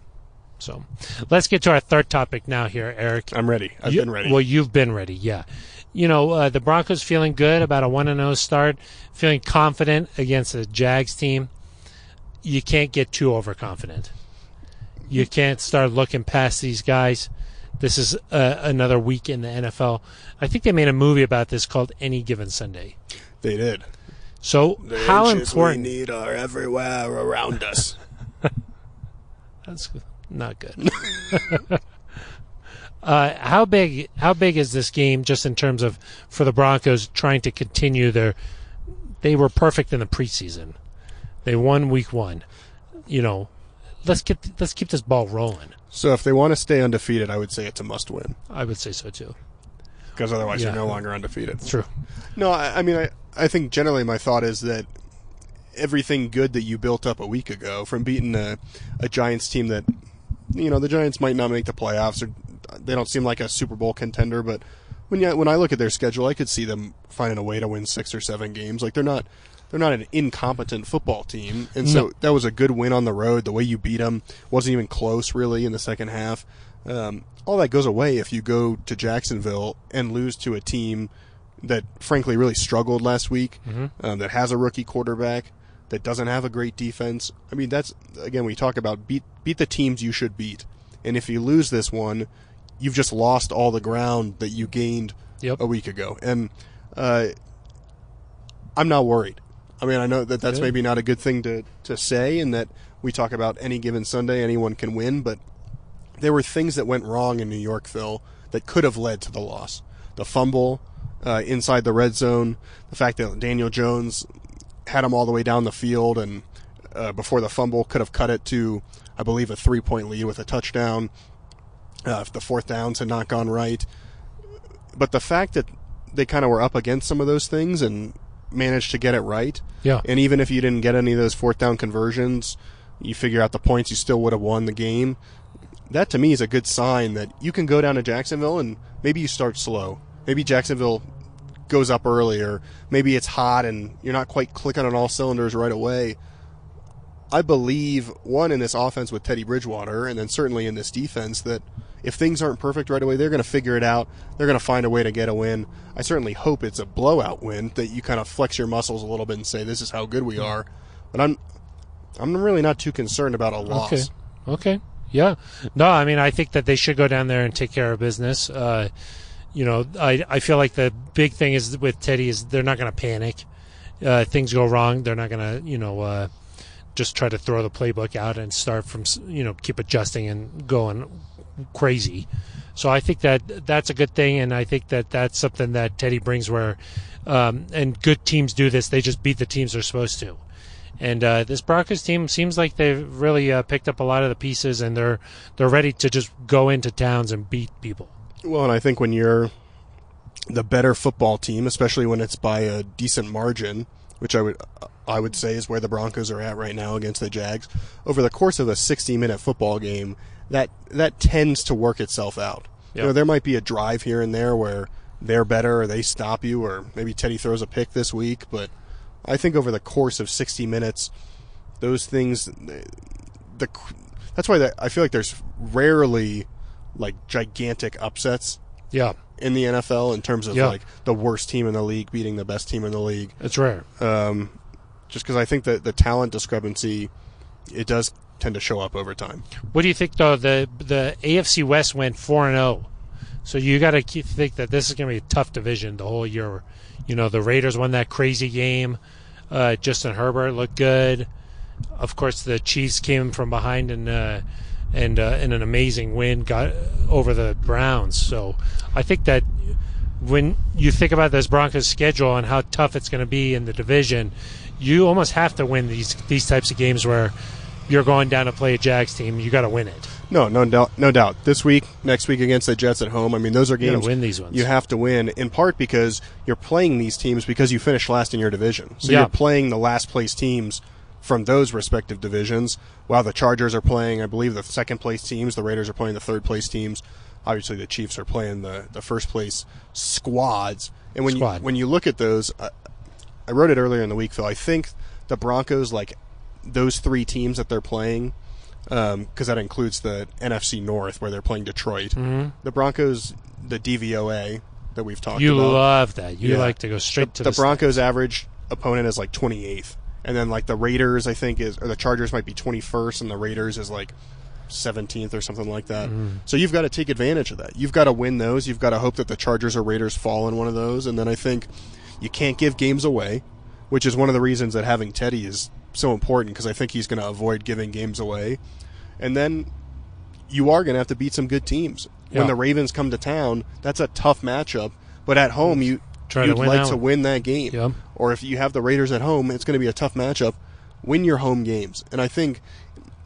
Speaker 1: So let's get to our third topic now here, Eric.
Speaker 2: I'm ready. I've
Speaker 1: You-
Speaker 2: been ready.
Speaker 1: Well, you've been ready, yeah. You know, uh, the Broncos feeling good about a 1 0 start, feeling confident against a Jags team. You can't get too overconfident. You can't start looking past these guys. This is uh, another week in the NFL. I think they made a movie about this called Any Given Sunday.
Speaker 2: they did.
Speaker 1: So, how important?
Speaker 2: need are everywhere around us.
Speaker 1: That's not good. uh, how big? How big is this game just in terms of for the Broncos trying to continue their? They were perfect in the preseason. They won week one. You know, let's get let's keep this ball rolling.
Speaker 2: so if they want to stay undefeated, I would say it's a must-win
Speaker 1: I would say so too.
Speaker 2: because otherwise
Speaker 1: Yeah.
Speaker 2: you're no longer undefeated.
Speaker 1: True.
Speaker 2: No, I, I mean, I, I think generally my thought is that everything good that you built up a week ago from beating a, a Giants team that, you know, the Giants might not make the playoffs or they don't seem like a Super Bowl contender, but when you, when I look at their schedule, I could see them finding a way to win six or seven games. Like they're not they're not an incompetent football team, and so that was a good win on the road. The way you beat them wasn't even close, really, in the second half. Um, all that goes away if you go to Jacksonville and lose to a team that frankly really struggled last week, um, that has a rookie quarterback, that doesn't have a great defense. I mean, that's again we talk about beat beat the teams you should beat, and if you lose this one, you've just lost all the ground that you gained
Speaker 1: Yep.
Speaker 2: a week ago, and uh, I'm not worried. I mean, I know that that's
Speaker 1: Good.
Speaker 2: maybe not a good thing to to say, and that we talk about any given Sunday, anyone can win, but there were things that went wrong in New York, Phil, that could have led to the loss. The fumble uh, inside the red zone, the fact that Daniel Jones had him all the way down the field, and uh, before the fumble could have cut it to, I believe, a three point lead with a touchdown. Uh, if the fourth downs had not gone right, but the fact that they kind of were up against some of those things and managed to get it right,
Speaker 1: Yeah.
Speaker 2: and even if you didn't get any of those fourth down conversions, you figure out the points, you still would have won the game. That to me is a good sign that you can go down to Jacksonville and maybe you start slow. Maybe Jacksonville goes up earlier. Maybe it's hot and you're not quite clicking on all cylinders right away. I believe one in this offense with Teddy Bridgewater, and then certainly in this defense that if things aren't perfect right away, they're going to figure it out. They're going to find a way to get a win. I certainly hope it's a blowout win that you kind of flex your muscles a little bit and say this is how good we are. But I'm I'm really not too concerned about a loss.
Speaker 1: Okay. Okay. Yeah. No, I mean, I think that they should go down there and take care of business. Uh, you know, I, I feel like the big thing is with Teddy is they're not going to panic. Uh, things go wrong. They're not going to, you know, uh, just try to throw the playbook out and start from, s- you know, keep adjusting and going crazy. So I think that that's a good thing. And I think that that's something that Teddy brings where, um, and good teams do this. They just beat the teams they're supposed to. And uh, this Broncos team seems like they've really uh, picked up a lot of the pieces, and they're they're ready to just go into towns and beat people.
Speaker 2: Well, and I think when you're the better football team, especially when it's by a decent margin, which I would I would say is where the Broncos are at right now against the Jags, over the course of a 60-minute football game, that that tends to work itself out.
Speaker 1: Yeah.
Speaker 2: You know, there might be a drive here and there where they're better or they stop you or maybe Teddy throws a pick this week, but I think over the course of 60 minutes, those things the that's why that, I feel like there's rarely like gigantic upsets
Speaker 1: Yeah,
Speaker 2: in the NFL in terms of
Speaker 1: Yeah.
Speaker 2: like the worst team in the league beating the best team in the league.
Speaker 1: it's rare.
Speaker 2: Um, just because I think that the talent discrepancy it does tend to show up over time.
Speaker 1: What do you think though? The the AFC West went four and zero, So you got to think that this is going to be a tough division the whole year. You know, the Raiders won that crazy game. Uh, Justin Herbert looked good. Of course, the Chiefs came from behind and uh, and uh, in an amazing win got over the Browns. So I think that when you think about this Broncos schedule and how tough it's going to be in the division, you almost have to win these these types of games where you're going down to play a Jags team. You got to win it.
Speaker 2: No, no doubt, no doubt. This week, next week against the Jets at home. I mean, those are
Speaker 1: You got
Speaker 2: games
Speaker 1: to win these ones.
Speaker 2: you have to win in part because you're playing these teams because you finished last in your division. So
Speaker 1: Yeah.
Speaker 2: you're playing the last place teams from those respective divisions. While the Chargers are playing, I believe the second place teams, the Raiders are playing the third place teams. Obviously, the Chiefs are playing the, the first place squads. And when
Speaker 1: Squad.
Speaker 2: you when you look at those, I, I wrote it earlier in the week, Phil. I think the Broncos, like those three teams that they're playing, because um, that includes the NFC North where they're playing Detroit. The Broncos, the DVOA that we've talked
Speaker 1: You
Speaker 2: about.
Speaker 1: love that. You
Speaker 2: Yeah.
Speaker 1: like to go straight to
Speaker 2: the
Speaker 1: the,
Speaker 2: Broncos' average opponent is like 28th, and then like the Raiders, I think is or the Chargers might be 21st, and the Raiders is like 17th or something like that.
Speaker 1: Mm-hmm.
Speaker 2: So you've got to take advantage of that. You've got to win those. You've got to hope that the Chargers or Raiders fall in one of those, and then I think you can't give games away, which is one of the reasons that having Teddy is so important because I think he's going to avoid giving games away, and then you are going to have to beat some good teams.
Speaker 1: Yeah.
Speaker 2: When the Ravens come to town, that's a tough matchup. But at home, you
Speaker 1: Try to
Speaker 2: you'd
Speaker 1: win
Speaker 2: like
Speaker 1: that
Speaker 2: to
Speaker 1: one.
Speaker 2: win that game.
Speaker 1: Yeah.
Speaker 2: Or if you have the Raiders at home, it's going to be a tough matchup. Win your home games, and I think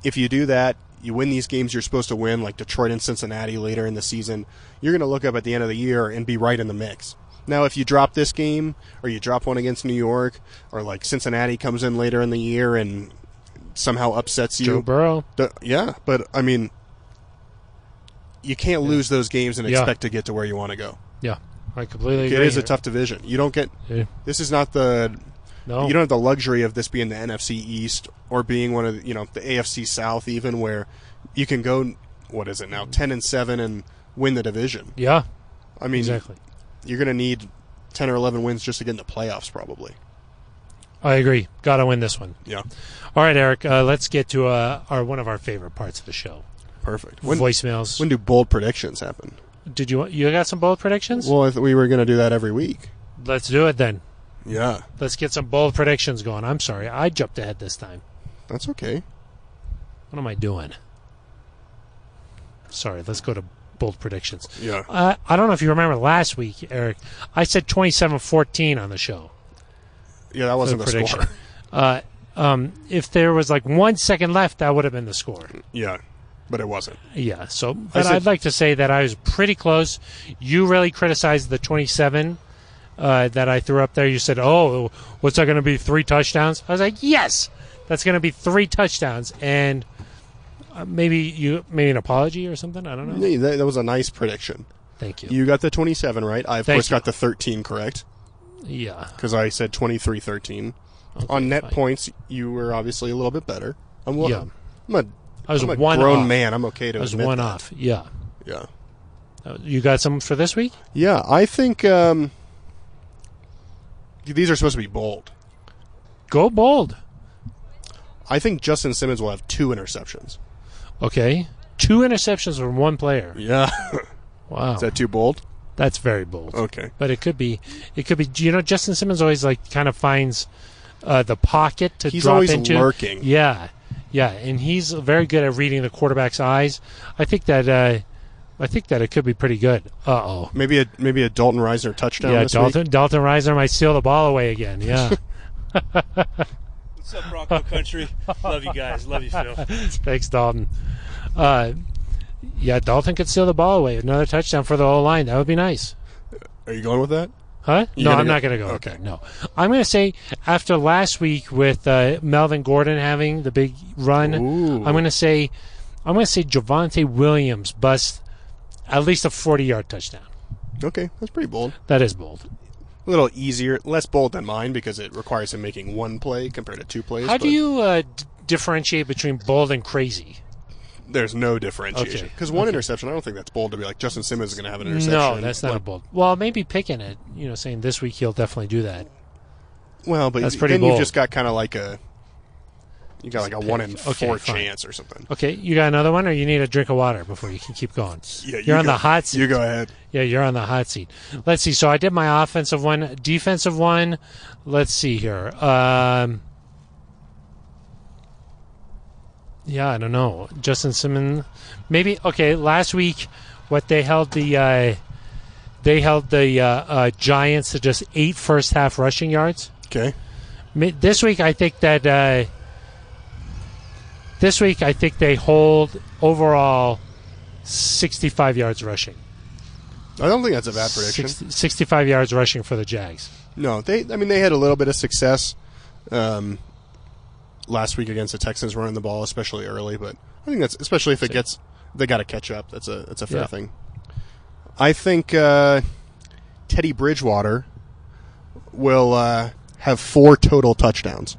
Speaker 2: if you do that, you win these games you're supposed to win, like Detroit and Cincinnati later in the season. You're going to look up at the end of the year and be right in the mix. Now, if you drop this game, or you drop one against New York, or like Cincinnati comes in later in the year and somehow upsets you,
Speaker 1: Joe Burrow.
Speaker 2: the- yeah, but I mean, you can't lose those games and
Speaker 1: Yeah.
Speaker 2: expect to get to where you want to go.
Speaker 1: Yeah, I completely
Speaker 2: It
Speaker 1: agree.
Speaker 2: is a tough division. You don't get
Speaker 1: Yeah.
Speaker 2: this is not the
Speaker 1: No,
Speaker 2: you don't have the luxury of this being the NFC East or being one of the, you know the AFC South even where you can go what is it now ten and seven and win the division.
Speaker 1: Yeah,
Speaker 2: I mean,
Speaker 1: exactly.
Speaker 2: you're going to need ten or eleven wins just to get in the playoffs probably.
Speaker 1: I agree. Got to win this one.
Speaker 2: Yeah,
Speaker 1: All right, Eric. Uh, let's get to uh, our one of our favorite parts of the show.
Speaker 2: perfect. When
Speaker 1: Voicemails.
Speaker 2: when do bold predictions happen?
Speaker 1: Did you you got some bold predictions?
Speaker 2: Well, I th- we were going to do that every week.
Speaker 1: Let's do it then.
Speaker 2: Yeah,
Speaker 1: Let's get some bold predictions going. I'm sorry, I jumped ahead this time.
Speaker 2: that's okay.
Speaker 1: What am I doing? Sorry. Let's go to bold predictions.
Speaker 2: Yeah.
Speaker 1: Uh, I don't know if you remember last week, Eric. I said 27-14 on the show.
Speaker 2: Yeah, that wasn't the
Speaker 1: prediction.
Speaker 2: score.
Speaker 1: Uh, um, if there was like one second left, that would have been the score.
Speaker 2: Yeah, but it wasn't.
Speaker 1: Yeah. So, but
Speaker 2: said-
Speaker 1: I'd like to say that I was pretty close. You really criticized the 27 uh, that I threw up there. You said, "Oh, what's that going to be? Three touchdowns?" I was like, "Yes, that's going to be three touchdowns." And uh, maybe you, maybe an apology or something. I don't know.
Speaker 2: Yeah, that, that was a nice prediction.
Speaker 1: Thank you.
Speaker 2: You got the 27 right. I, of
Speaker 1: Thank
Speaker 2: course,
Speaker 1: you.
Speaker 2: got the 13 correct
Speaker 1: yeah.
Speaker 2: because I said 23 13. On net
Speaker 1: fine.
Speaker 2: points, you were obviously a little bit better. I'm,
Speaker 1: Yeah.
Speaker 2: yeah. I'm a,
Speaker 1: I was
Speaker 2: I'm a
Speaker 1: one
Speaker 2: grown
Speaker 1: off.
Speaker 2: man. I'm okay to
Speaker 1: I was
Speaker 2: admit
Speaker 1: one
Speaker 2: that.
Speaker 1: off. Yeah.
Speaker 2: Yeah.
Speaker 1: Uh, You got some for this week?
Speaker 2: Yeah, I think um, these are supposed to be bold.
Speaker 1: Go bold.
Speaker 2: I think Justin Simmons will have two interceptions.
Speaker 1: Okay. Two interceptions from one player.
Speaker 2: Yeah.
Speaker 1: Wow.
Speaker 2: Is that Oh. too bold?
Speaker 1: That's very bold.
Speaker 2: Okay.
Speaker 1: but it could be it could be you know Justin Simmons always like kind of finds uh, the pocket to
Speaker 2: He's
Speaker 1: drop
Speaker 2: always
Speaker 1: into.
Speaker 2: lurking.
Speaker 1: Yeah, yeah, and he's very good at reading the quarterback's eyes. I think that uh, I think that it could be pretty good. Uh oh.
Speaker 2: Maybe a maybe a Dalton Reisner touchdown.
Speaker 1: Yeah,
Speaker 2: this
Speaker 1: Dalton Dalton Reisner might steal the ball away again. Yeah.
Speaker 3: What's up, Bronco Country? Love you guys. Love you, Phil.
Speaker 1: Thanks, Dalton. Uh, yeah, Dalton could steal the ball away. Another touchdown for the O line. That would be nice.
Speaker 2: Week. Are you going with that?
Speaker 1: Huh? no,
Speaker 2: gonna
Speaker 1: I'm
Speaker 2: go-
Speaker 1: not going to go. with
Speaker 2: Okay.
Speaker 1: that, No, I'm going to say after last week with uh, Melvin Gordon having the big run,
Speaker 2: Ooh.
Speaker 1: I'm going to say I'm going to say Javante Williams bust at least a 40 yard touchdown.
Speaker 2: Okay, that's pretty bold.
Speaker 1: That is bold.
Speaker 2: a little easier, less bold than mine because it requires him making one play compared to two plays.
Speaker 1: How
Speaker 2: but
Speaker 1: do you uh, d- differentiate between bold and crazy?
Speaker 2: There's no differentiation
Speaker 1: Okay,
Speaker 2: because one interception. I don't think that's bold to be like Justin Simmons is going to have an interception.
Speaker 1: No, that's not a bold. Well, maybe picking it. You know, saying this week he'll definitely do that.
Speaker 2: Well, but
Speaker 1: That's pretty
Speaker 2: then
Speaker 1: bold.
Speaker 2: you've just got kind of like a You got like a one in
Speaker 1: Okay,
Speaker 2: four
Speaker 1: fine.
Speaker 2: chance or something.
Speaker 1: Okay, you got another one, or you need a drink of water before you can keep going.
Speaker 2: Yeah, you
Speaker 1: you're on
Speaker 2: go-
Speaker 1: the hot seat.
Speaker 2: You go ahead.
Speaker 1: Yeah, you're on the hot seat. Let's see. So I did my offensive one, defensive one. Let's see here. Um, yeah, I don't know. Justin Simmons, maybe. Okay, last week, what they held the uh, they held the uh, uh, Giants to just eight first half rushing yards.
Speaker 2: Okay.
Speaker 1: Mi- This week, I think that uh, this week I think they hold overall sixty five yards rushing.
Speaker 2: I don't think that's a bad prediction.
Speaker 1: 60 65 yards rushing for the Jags.
Speaker 2: No, they. I mean, they had a little bit of success um, last week against the Texans, running the ball, especially early. But I think that's especially if it gets they got to catch up. That's a that's a fair
Speaker 1: Yeah.
Speaker 2: thing. I think uh, Teddy Bridgewater will uh, have four total touchdowns.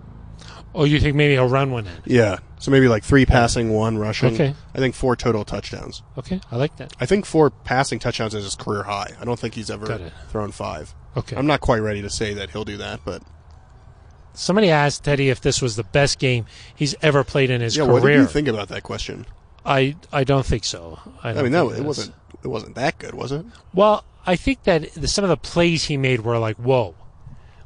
Speaker 1: Oh, you think maybe he'll run one in?
Speaker 2: Yeah, so maybe like three passing, one rushing.
Speaker 1: Okay.
Speaker 2: I think four total touchdowns.
Speaker 1: Okay, I like that.
Speaker 2: I think four passing touchdowns is his career high. I don't think he's
Speaker 1: Got
Speaker 2: ever
Speaker 1: it.
Speaker 2: thrown five.
Speaker 1: Okay.
Speaker 2: I'm not quite ready to say that he'll do that, but
Speaker 1: Somebody asked Teddy if this was the best game he's ever played in his
Speaker 2: yeah.
Speaker 1: career.
Speaker 2: What do you think about that question?
Speaker 1: I I don't think so. I,
Speaker 2: I
Speaker 1: don't
Speaker 2: mean, that
Speaker 1: think
Speaker 2: it
Speaker 1: is.
Speaker 2: wasn't it wasn't that good, was it?
Speaker 1: Well, I think that the, some of the plays he made were like whoa,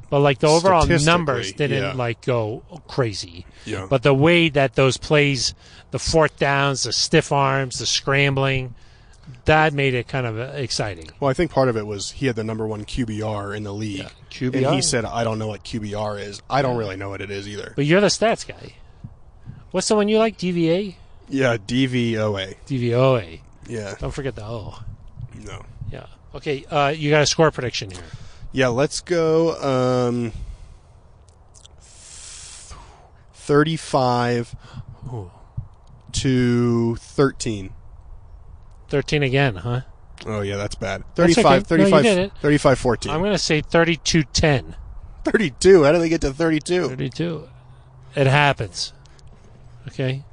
Speaker 1: but like the overall numbers
Speaker 2: Statistically,
Speaker 1: didn't
Speaker 2: yeah.
Speaker 1: like go crazy.
Speaker 2: Yeah.
Speaker 1: But the way that those plays, the fourth downs, the stiff arms, the scrambling, that made it kind of uh, exciting.
Speaker 2: Well, I think part of it was he had the number one QBR in the league.
Speaker 1: QBR.
Speaker 2: And he said, "I don't know what QBR is. I don't really know what it is either."
Speaker 1: But you're the stats guy. What's the one you like? DVA?
Speaker 2: Yeah, DVOA.
Speaker 1: DVOA.
Speaker 2: Yeah.
Speaker 1: Don't forget the O.
Speaker 2: No.
Speaker 1: Yeah. Okay, uh, you got a score prediction here.
Speaker 2: Yeah, let's go. Um, thirty-five
Speaker 1: Ooh.
Speaker 2: to thirteen.
Speaker 1: 13 again, huh?
Speaker 2: Oh yeah, that's bad.
Speaker 1: That's okay.
Speaker 2: 35,
Speaker 1: No, you
Speaker 2: 35,
Speaker 1: did it.
Speaker 2: 35, 14.
Speaker 1: I'm going to say 32 10.
Speaker 2: 32. How do they get to 32?
Speaker 1: 32. It happens. Okay?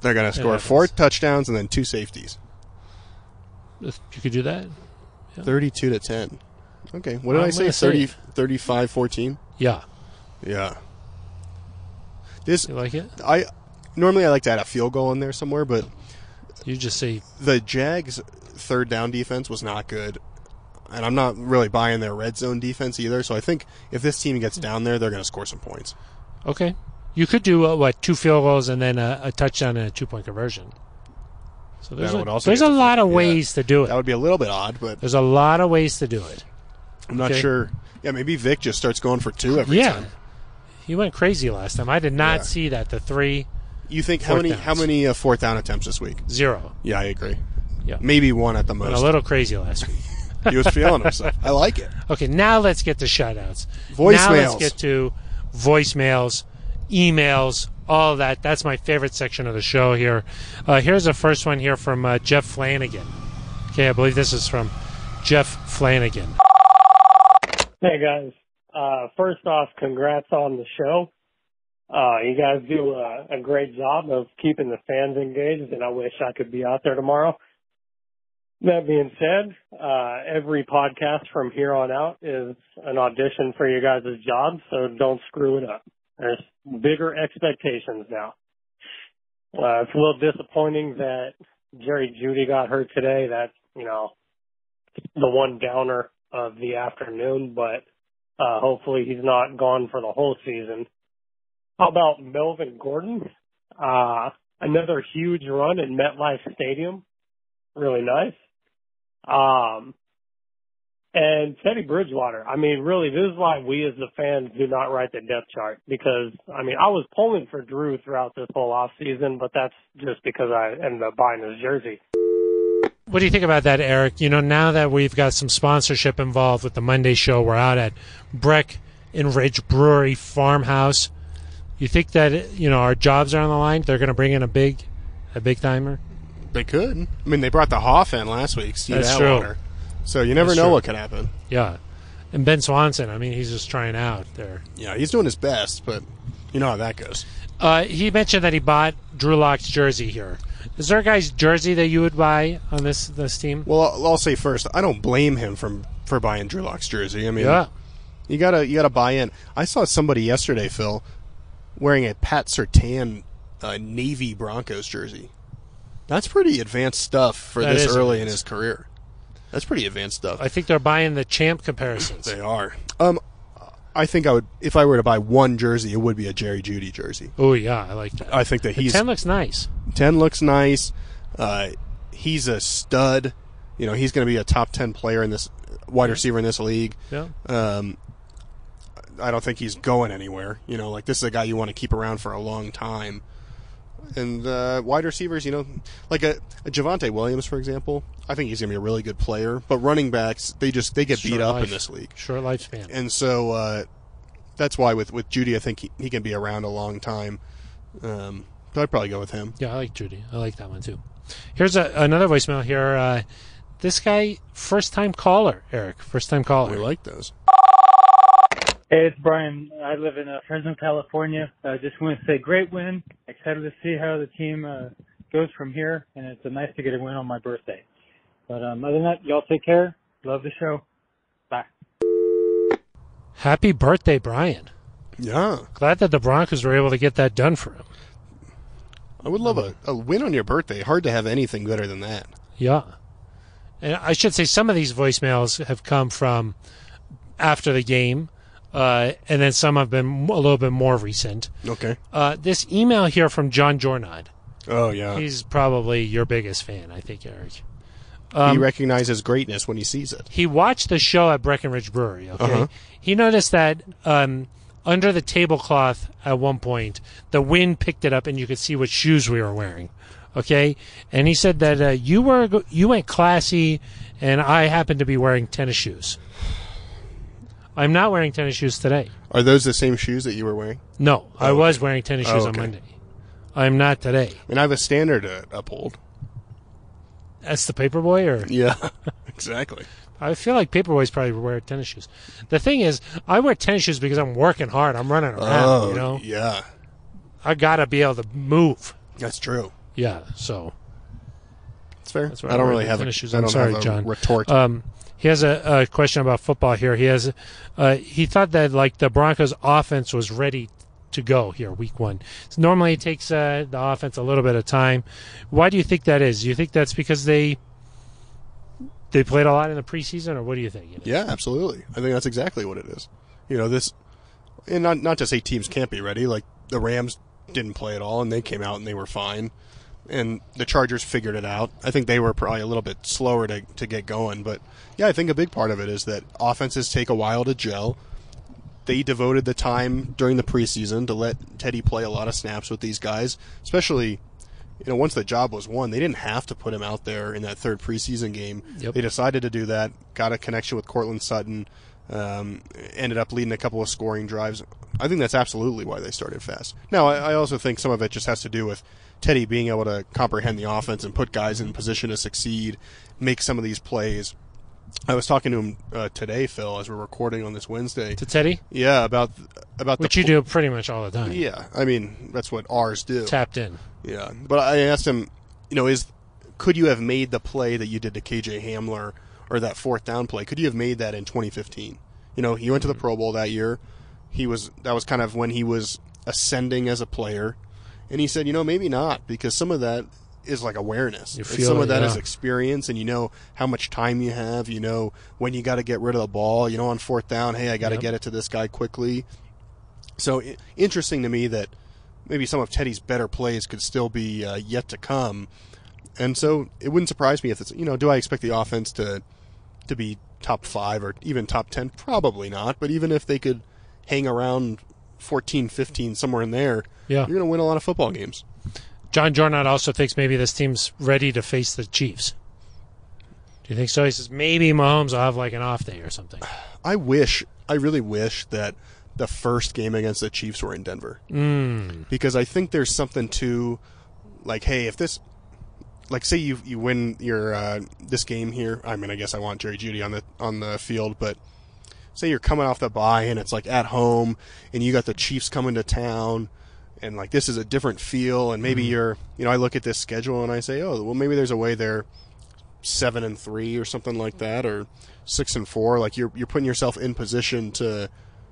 Speaker 2: They're going to score
Speaker 1: happens.
Speaker 2: four touchdowns and then two safeties.
Speaker 1: If You could do that?
Speaker 2: 32 to 10. Okay. What did
Speaker 1: I'm
Speaker 2: i
Speaker 1: gonna
Speaker 2: say?
Speaker 1: say
Speaker 2: 30,
Speaker 1: it.
Speaker 2: 35 14?
Speaker 1: Yeah.
Speaker 2: Yeah. This
Speaker 1: You like it?
Speaker 2: I normally I like to add a field goal in there somewhere, but
Speaker 1: You just say,
Speaker 2: the Jags third down defense was not good. And I'm not really buying their red zone defense either, so I think if this team gets down there, they're going to score some points.
Speaker 1: okay. You could do, uh, what, two field goals and then a, a touchdown and a two point conversion. So there's
Speaker 2: That
Speaker 1: a,
Speaker 2: would also
Speaker 1: there's
Speaker 2: get
Speaker 1: a
Speaker 2: the-
Speaker 1: lot of
Speaker 2: yeah.
Speaker 1: ways to do
Speaker 2: That
Speaker 1: it.
Speaker 2: would be a little bit odd, but
Speaker 1: There's a lot of ways to do it.
Speaker 2: I'm not
Speaker 1: Okay.
Speaker 2: sure. Yeah, maybe Vic just starts going for two every
Speaker 1: Yeah.
Speaker 2: time.
Speaker 1: He went crazy last time. I did not
Speaker 2: Yeah.
Speaker 1: see that. The three
Speaker 2: You think how
Speaker 1: Fourth
Speaker 2: many how
Speaker 1: downs.
Speaker 2: many uh, fourth down attempts this week?
Speaker 1: zero.
Speaker 2: Yeah, I agree.
Speaker 1: Yeah.
Speaker 2: Maybe one at the
Speaker 1: Went a
Speaker 2: most.
Speaker 1: little crazy last week.
Speaker 2: He was feeling himself. I like it.
Speaker 1: Okay, now let's get to shoutouts. Now let's
Speaker 2: Voicemails.
Speaker 1: get to voicemails, emails, all that. That's my favorite section of the show here. Uh, here's the first one here from uh, Jeff Flanagan. Okay, I believe this is from Jeff Flanagan.
Speaker 4: Hey guys, uh, first off, congrats on the show. Uh, you guys do a, a great job of keeping the fans engaged, and I wish I could be out there tomorrow. That being said, uh, every podcast from here on out is an audition for you guys' job, so don't screw it up. There's bigger expectations now. Uh, it's a little disappointing that Jerry Judy got hurt today. That's, you know, the one downer of the afternoon, but uh, hopefully he's not gone for the whole season. How about Melvin Gordon? Uh, another huge run in MetLife Stadium. Really nice. Um, and Teddy Bridgewater. I mean, really, this is why we as the fans do not write the depth chart because, I mean, I was pulling for Drew throughout this whole off season, but that's just because I ended up buying his jersey.
Speaker 1: What do you think about that, Eric? You know, now that we've got some sponsorship involved with the Monday show, we're out at Breck and Ridge Brewery Farmhouse. You think that you know our jobs are on the line? They're going to bring in a big, a big timer.
Speaker 2: They could. I mean, they brought the Hoff in last week, Steve
Speaker 1: That's
Speaker 2: Atwater. So you never
Speaker 1: That's
Speaker 2: know
Speaker 1: true.
Speaker 2: what could happen.
Speaker 1: Yeah, and Ben Swanson. I mean, he's just trying out there.
Speaker 2: Yeah, he's doing his best, but you know how that goes.
Speaker 1: Uh, he mentioned that he bought Drew Locke's jersey here. Is there a guy's jersey that you would buy on this this team?
Speaker 2: Well, I'll, I'll say first, I don't blame him from for buying Drew Lock's jersey. I mean,
Speaker 1: Yeah,
Speaker 2: you gotta you gotta buy in. I saw somebody yesterday, Phil, wearing a Pat Sertan uh, navy Broncos jersey. That's pretty advanced stuff for
Speaker 1: That
Speaker 2: this
Speaker 1: is
Speaker 2: early in his
Speaker 1: advanced.
Speaker 2: career. That's pretty advanced stuff.
Speaker 1: I think they're buying the champ comparisons.
Speaker 2: they are. Um, I think I would if I were to buy one jersey, it would be a Jerry Judy jersey.
Speaker 1: Oh yeah, I like that.
Speaker 2: I think that Uh, he's
Speaker 1: Ten looks nice.
Speaker 2: 10 looks nice. Uh, he's a stud. You know, he's going to be a top 10 player in this wide receiver in this league.
Speaker 1: Yeah.
Speaker 2: Um, I don't think he's going anywhere. You know, like this is a guy you want to keep around for a long time. And uh, wide receivers, you know, like a, a Javante Williams, for example, I think he's going to be a really good player. But running backs, they just they get beat
Speaker 1: Short
Speaker 2: up
Speaker 1: life.
Speaker 2: in this league
Speaker 1: Short lifespan.
Speaker 2: and so uh, that's why with with Judy, I think he, he can be around a long time. Um, so I'd probably go with him.
Speaker 1: Yeah, I like Judy. I like that one too. Here's a, another voicemail here. Uh, this guy, first time caller, Eric. First time caller.
Speaker 2: We like those.
Speaker 5: Hey, it's Brian. I live in uh, Fresno, California. I just want to say great win. Excited to see how the team uh, goes from here, and it's uh, nice to get a win on my birthday. But um, other than that, y'all take care. Love the show. Bye.
Speaker 1: Happy birthday, Brian.
Speaker 2: Yeah,
Speaker 1: Glad that the Broncos were able to get that done for him.
Speaker 2: I would love a, a win on your birthday. Hard to have anything better than that.
Speaker 1: Yeah. And I should say some of these voicemails have come from after the game, uh, and then some have been a little bit more recent.
Speaker 2: Okay.
Speaker 1: Uh, this email here from John Jornad.
Speaker 2: Oh yeah.
Speaker 1: He's probably your biggest fan, I think, Eric. Um,
Speaker 2: he recognizes greatness when he sees it.
Speaker 1: he watched the show at Breckenridge Brewery. Okay,
Speaker 2: Uh-huh.
Speaker 1: he noticed that um, under the tablecloth at one point, the wind picked it up, and you could see what shoes we were wearing. Okay, and he said that uh, you were go- you went classy, and I happened to be wearing tennis shoes. I'm not wearing tennis shoes today.
Speaker 2: Are those the same shoes that you were wearing?
Speaker 1: No, I
Speaker 2: Oh,
Speaker 1: was wearing tennis
Speaker 2: Oh,
Speaker 1: shoes on
Speaker 2: okay.
Speaker 1: Monday. I'm not today.
Speaker 2: I mean, I have a standard to uphold.
Speaker 1: That's the paperboy, or
Speaker 2: Yeah, exactly.
Speaker 1: I feel like paperboys probably wear tennis shoes. The thing is, I wear tennis shoes because I'm working hard. I'm running around.
Speaker 2: Oh,
Speaker 1: you know,
Speaker 2: yeah,
Speaker 1: I gotta be able to move.
Speaker 2: that's true.
Speaker 1: Yeah. So
Speaker 2: That's fair.
Speaker 1: That's where
Speaker 2: I don't
Speaker 1: I wear
Speaker 2: really
Speaker 1: the
Speaker 2: have a,
Speaker 1: tennis shoes.
Speaker 2: I
Speaker 1: I'm
Speaker 2: don't
Speaker 1: sorry,
Speaker 2: have a
Speaker 1: John.
Speaker 2: retort.
Speaker 1: um, he has a, a question about football here. He has uh, he thought that like the Broncos' offense was ready to go here, week one. So normally it takes uh, the offense a little bit of time. Why do you think that is? Do you think that's because they they played a lot in the preseason, or what do you think? it is?
Speaker 2: Yeah, absolutely. I think that's exactly what it is. You know, this, and not not to say teams can't be ready. Like the Rams didn't play at all, and they came out and they were fine. And the Chargers figured it out. I think they were probably a little bit slower to to get going, but yeah, I think a big part of it is that offenses take a while to gel. They devoted the time during the preseason to let Teddy play a lot of snaps with these guys, especially. You know, once the job was won, they didn't have to put him out there in that third preseason game.
Speaker 1: Yep.
Speaker 2: They decided to do that. Got a connection with Cortland Sutton. Um, ended up leading a couple of scoring drives. I think that's absolutely why they started fast. Now, I, I also think some of it just has to do with Teddy being able to comprehend the offense and put guys in position to succeed, make some of these plays. I was talking to him uh, today, Phil, as we're recording on this Wednesday.
Speaker 1: To Teddy,
Speaker 2: Yeah, about about
Speaker 1: which
Speaker 2: the
Speaker 1: you do pretty much all the time.
Speaker 2: yeah. I mean, that's what ours do.
Speaker 1: Tapped in.
Speaker 2: Yeah, but I asked him, you know, is could you have made the play that you did to KJ Hamler or that fourth down play? Could you have made that in 2015? You know, he went to
Speaker 1: Mm-hmm.
Speaker 2: the Pro Bowl that year. He was that was kind of when he was ascending as a player, and he said, you know, maybe not because some of that is like awareness.
Speaker 1: You
Speaker 2: And
Speaker 1: feel
Speaker 2: some
Speaker 1: it,
Speaker 2: of that is
Speaker 1: yeah.
Speaker 2: experience, and you know how much time you have. You know when you got to get rid of the ball. You know on fourth down, hey, I got to
Speaker 1: Yep.
Speaker 2: get it to this guy quickly. So i- interesting to me that maybe some of Teddy's better plays could still be uh, yet to come, and so it wouldn't surprise me if it's you know do I expect the offense to to be top five or even top ten? Probably not. But even if they could hang around 14, 15, somewhere in there,
Speaker 1: Yeah.
Speaker 2: you're going to win a lot of football games.
Speaker 1: John Jornot also thinks maybe this team's ready to face the Chiefs. Do you think so? He says maybe Mahomes will have like an off day or something.
Speaker 2: I wish, I really wish that the first game against the Chiefs were in Denver. Mm. Because I think there's something to, like, hey, if this, like, say you you win your uh, this game here. I mean, I guess I want Jerry Judy on the on the field, but say you're coming off the bye and it's like at home, and you got the Chiefs coming to town. And like this is a different feel, and maybe you're, you know, I look at this schedule and I say, oh, well, maybe there's a way they're seven and three or something like that, or six and four. Like you're you're putting yourself in position to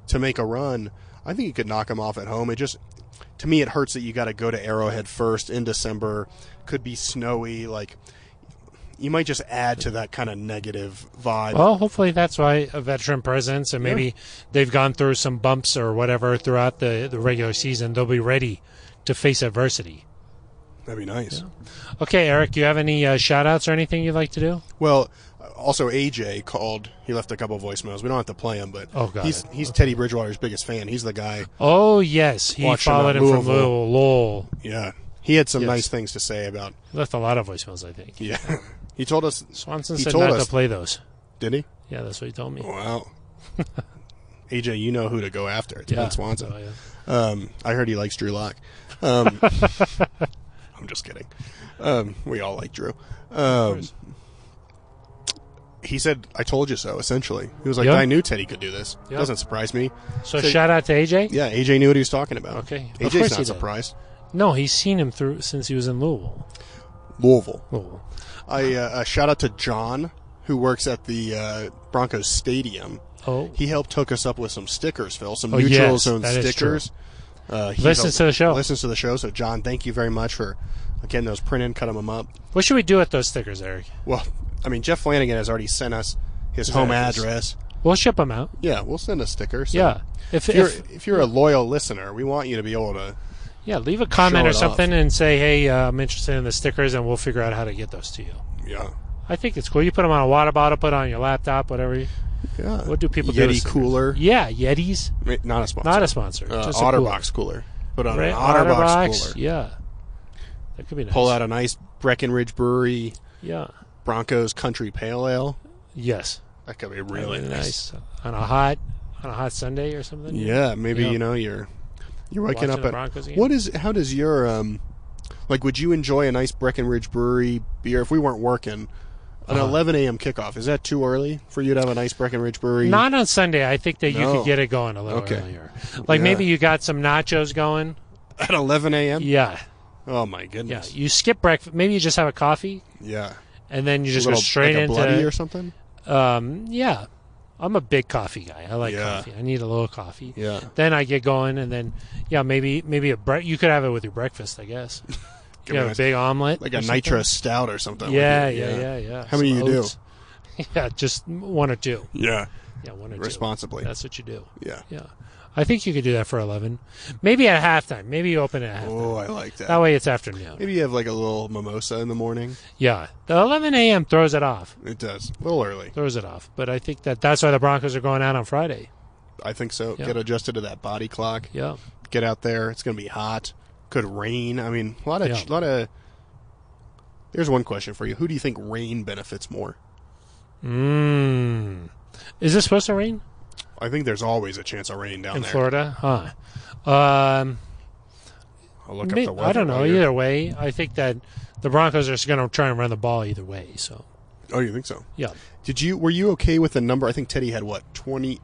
Speaker 2: to make a run. I think you could knock them off at home. It just to me, it hurts that you got to go to Arrowhead first in December. Could be snowy. Like, you might just add to that kind of negative vibe.
Speaker 1: Well, hopefully that's why a veteran presence, and maybe they've gone through some bumps or whatever throughout the, the regular season. They'll be ready to face adversity.
Speaker 2: That'd be nice.
Speaker 1: Okay, Eric, do you have any uh, shout outs or anything you'd like to do?
Speaker 2: Well, also AJ called. He left a couple voicemails. We don't have to play him, but
Speaker 1: Oh, got
Speaker 2: he's
Speaker 1: it.
Speaker 2: he's Teddy Bridgewater's biggest fan. He's the guy.
Speaker 1: Oh, yes. He
Speaker 2: Watching
Speaker 1: followed
Speaker 2: that
Speaker 1: him from
Speaker 2: Louisville.
Speaker 1: Louisville. Lowell.
Speaker 2: Yeah, he had some
Speaker 1: Yes.
Speaker 2: nice things to say about.
Speaker 1: Left a lot of voicemails, I think.
Speaker 2: Yeah, he told us.
Speaker 1: Swanson
Speaker 2: He
Speaker 1: said
Speaker 2: told
Speaker 1: not
Speaker 2: us.
Speaker 1: to play those.
Speaker 2: Did he?
Speaker 1: Yeah, that's what he told me.
Speaker 2: Wow. AJ, you know who to go after. It's
Speaker 1: yeah.
Speaker 2: Ben Swanson.
Speaker 1: So, yeah.
Speaker 2: Um, I heard he likes Drew Lock. Um, I'm just kidding. Um, we all like Drew. Um, he said, "I told you so." Essentially, he was like,
Speaker 1: Yeah.
Speaker 2: "I knew Teddy could do this.
Speaker 1: Yeah.
Speaker 2: Doesn't surprise me."
Speaker 1: So
Speaker 2: So-
Speaker 1: shout out to AJ?
Speaker 2: Yeah, AJ knew what he was talking about.
Speaker 1: Okay. Of course
Speaker 2: AJ's
Speaker 1: he did.
Speaker 2: not surprised.
Speaker 1: No, he's seen him through since he was in Louisville.
Speaker 2: Louisville.
Speaker 1: Louisville.
Speaker 2: I uh, uh, shout out to John who works at the uh, Broncos Stadium.
Speaker 1: Oh,
Speaker 2: He helped hook us up with some stickers, Phil. Some
Speaker 1: Oh,
Speaker 2: neutral
Speaker 1: yes,
Speaker 2: zone
Speaker 1: that is
Speaker 2: stickers. Uh, he
Speaker 1: Listens
Speaker 2: helped-
Speaker 1: to the show.
Speaker 2: Listens to the show. So, John, thank you very much for getting those printed, cutting them up.
Speaker 1: what should we do with those stickers, Eric?
Speaker 2: Well, I mean, Jeff Flanagan has already sent us his home
Speaker 1: address.
Speaker 2: address.
Speaker 1: We'll ship them out.
Speaker 2: Yeah, we'll send a sticker. So
Speaker 1: Yeah. If,
Speaker 2: If you're,
Speaker 1: if,
Speaker 2: if you're a loyal listener, we want you to be able to.
Speaker 1: yeah, leave a comment
Speaker 2: Show
Speaker 1: or
Speaker 2: it off.
Speaker 1: something and say, "Hey, uh, I'm interested in the stickers," and we'll figure out how to get those to you.
Speaker 2: Yeah.
Speaker 1: I think it's cool. You put them on a water bottle, put it on your laptop, whatever. you-
Speaker 2: Yeah.
Speaker 1: What do people do? to
Speaker 2: Yeti
Speaker 1: stickers?
Speaker 2: cooler.
Speaker 1: Yeah, Yetis.
Speaker 2: Ma- Not a sponsor.
Speaker 1: Not a sponsor.
Speaker 2: uh,
Speaker 1: just a
Speaker 2: Otterbox cooler. Put on
Speaker 1: cooler. Right?
Speaker 2: an Otterbox, cooler.
Speaker 1: Yeah, that could be nice.
Speaker 2: Pull out a nice Breckenridge Brewery
Speaker 1: Yeah.
Speaker 2: Broncos Country Pale Ale.
Speaker 1: Yes.
Speaker 2: That could be really
Speaker 1: That'd be
Speaker 2: nice.
Speaker 1: nice on a hot on a hot Sunday or something.
Speaker 2: Yeah, maybe
Speaker 1: Yeah.
Speaker 2: you know you're you're waking
Speaker 1: Watching
Speaker 2: up
Speaker 1: the
Speaker 2: at
Speaker 1: Broncos game.
Speaker 2: what is how does your um like would you enjoy a nice Breckenridge Brewery beer if we weren't working? An
Speaker 1: Uh-huh.
Speaker 2: 11 a.m. kickoff is that too early for you to have a nice Breckenridge Brewery?
Speaker 1: Not on Sunday. I think that you
Speaker 2: No.
Speaker 1: could get it going a little
Speaker 2: Okay.
Speaker 1: earlier. Like
Speaker 2: Yeah.
Speaker 1: maybe you got some nachos going.
Speaker 2: at 11 a.m.
Speaker 1: Yeah.
Speaker 2: Oh my
Speaker 1: Yeah.
Speaker 2: goodness!
Speaker 1: You skip breakfast. Maybe you just have a coffee
Speaker 2: Yeah,
Speaker 1: and then you
Speaker 2: A
Speaker 1: just
Speaker 2: little-
Speaker 1: go straight
Speaker 2: like a bloody or
Speaker 1: into.
Speaker 2: something.
Speaker 1: um, yeah. I'm a big coffee guy. I like
Speaker 2: Yeah.
Speaker 1: coffee. I need a little coffee.
Speaker 2: Yeah,
Speaker 1: Then I get going, and then yeah, maybe maybe a bre- you could have it with your breakfast, I guess. you
Speaker 2: me
Speaker 1: have a
Speaker 2: a-
Speaker 1: big omelet,
Speaker 2: like
Speaker 1: or
Speaker 2: a
Speaker 1: something.
Speaker 2: nitrous stout or something. with
Speaker 1: Yeah,
Speaker 2: it.
Speaker 1: yeah, yeah, yeah, yeah.
Speaker 2: How many
Speaker 1: Some
Speaker 2: you do?
Speaker 1: oats. Yeah, just one or two.
Speaker 2: yeah,
Speaker 1: Yeah, one or
Speaker 2: responsibly.
Speaker 1: two. That's what you do.
Speaker 2: Yeah.
Speaker 1: Yeah. I think you could do that for 11. Maybe at halftime. Maybe you open it at halftime.
Speaker 2: Oh, I like that.
Speaker 1: That way it's afternoon.
Speaker 2: Maybe you have like a little mimosa in the morning.
Speaker 1: Yeah. The 11 a.m. throws it off.
Speaker 2: It does a little early.
Speaker 1: Throws it off. But I think that that's why the Broncos are going out on Friday.
Speaker 2: I think so.
Speaker 1: Yeah.
Speaker 2: Get adjusted to that body clock.
Speaker 1: Yeah.
Speaker 2: Get out there. It's going to be hot. Could rain. I mean, a lot of
Speaker 1: Yeah.
Speaker 2: lot of. There's one question for you. Who do you think rain benefits more?
Speaker 1: Mm. Is this supposed to rain
Speaker 2: I think there's always a chance of rain down
Speaker 1: in
Speaker 2: there.
Speaker 1: Florida? Huh. Um,
Speaker 2: I'll look
Speaker 1: may-
Speaker 2: up the weather.
Speaker 1: I don't know.
Speaker 2: while you're-
Speaker 1: Either way, I think that the Broncos are just going to try and run the ball either way. So,
Speaker 2: Oh, you think so?
Speaker 1: yeah.
Speaker 2: Did you? Were you okay with the number? I think Teddy had what twenty.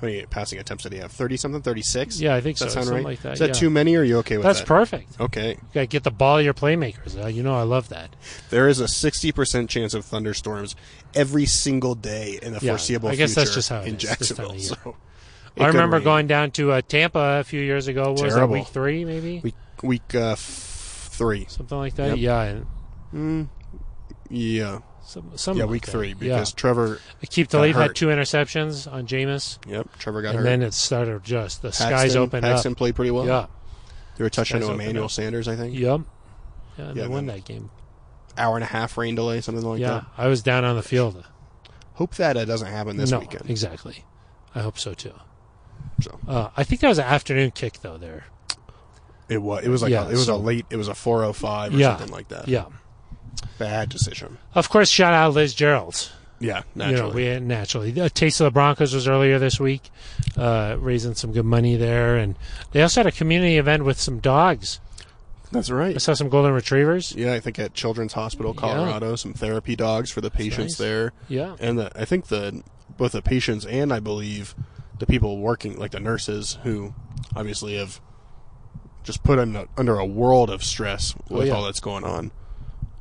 Speaker 2: How many passing attempts did he have? Thirty something. Thirty six.
Speaker 1: Yeah, I think
Speaker 2: That
Speaker 1: so.
Speaker 2: sound
Speaker 1: Something
Speaker 2: right?
Speaker 1: like that,
Speaker 2: Is that
Speaker 1: yeah.
Speaker 2: too many? Or are you okay with
Speaker 1: That's
Speaker 2: that?
Speaker 1: perfect.
Speaker 2: Okay.
Speaker 1: You got to get the ball to your playmakers. Uh, you know I love that.
Speaker 2: There is a sixty percent chance of thunderstorms every single day in the
Speaker 1: Yeah,
Speaker 2: foreseeable
Speaker 1: I guess
Speaker 2: future
Speaker 1: that's just how it
Speaker 2: in
Speaker 1: is this time
Speaker 2: Jacksonville.
Speaker 1: of year.
Speaker 2: so it
Speaker 1: I
Speaker 2: could
Speaker 1: remember
Speaker 2: rain.
Speaker 1: going down to uh, Tampa a few years ago. What was that,
Speaker 2: Terrible.
Speaker 1: week three, maybe?
Speaker 2: week week uh, f- three.
Speaker 1: Something like that?
Speaker 2: Yep.
Speaker 1: Yeah. and
Speaker 2: Yeah,
Speaker 1: Some, something
Speaker 2: yeah,
Speaker 1: like
Speaker 2: week
Speaker 1: that.
Speaker 2: three
Speaker 1: Yeah.
Speaker 2: because Trevor.
Speaker 1: Keep the
Speaker 2: got
Speaker 1: lead had
Speaker 2: hurt.
Speaker 1: two interceptions on Jameis,
Speaker 2: Yep, Trevor got
Speaker 1: and
Speaker 2: hurt.
Speaker 1: then it started just the
Speaker 2: Paxton,
Speaker 1: skies opened
Speaker 2: Paxton
Speaker 1: up.
Speaker 2: played pretty well.
Speaker 1: Yeah.
Speaker 2: they were touching
Speaker 1: Skies
Speaker 2: to
Speaker 1: opened
Speaker 2: Emmanuel
Speaker 1: up.
Speaker 2: Sanders, I think.
Speaker 1: Yep. Yeah, and
Speaker 2: Yeah,
Speaker 1: they won
Speaker 2: then-
Speaker 1: that game.
Speaker 2: Hour and a half rain delay, something like
Speaker 1: yeah,
Speaker 2: that.
Speaker 1: I was down on the field.
Speaker 2: Hope that uh, doesn't happen this
Speaker 1: no,
Speaker 2: weekend.
Speaker 1: exactly. I hope so too.
Speaker 2: So
Speaker 1: Uh, I think that was an afternoon kick though. There.
Speaker 2: it was it was like
Speaker 1: Yeah,
Speaker 2: a, it was
Speaker 1: so-
Speaker 2: a late it was a four oh five or
Speaker 1: Yeah.
Speaker 2: something like that.
Speaker 1: Yeah.
Speaker 2: bad decision.
Speaker 1: Of course, shout out Liz Gerald's.
Speaker 2: Yeah,
Speaker 1: you know,
Speaker 2: naturally.
Speaker 1: we naturally. The Taste of the Broncos was earlier this week, uh, raising some good money there, and they also had a community event with some dogs.
Speaker 2: That's
Speaker 1: I
Speaker 2: right.
Speaker 1: saw some golden retrievers.
Speaker 2: Yeah, I think at Children's Hospital Colorado, some therapy dogs for the patients
Speaker 1: nice.
Speaker 2: there.
Speaker 1: Yeah,
Speaker 2: and the, I think the both the patients and I believe the people working, like the nurses, who obviously have just put in under a world of stress with
Speaker 1: Oh, yeah.
Speaker 2: all that's going on.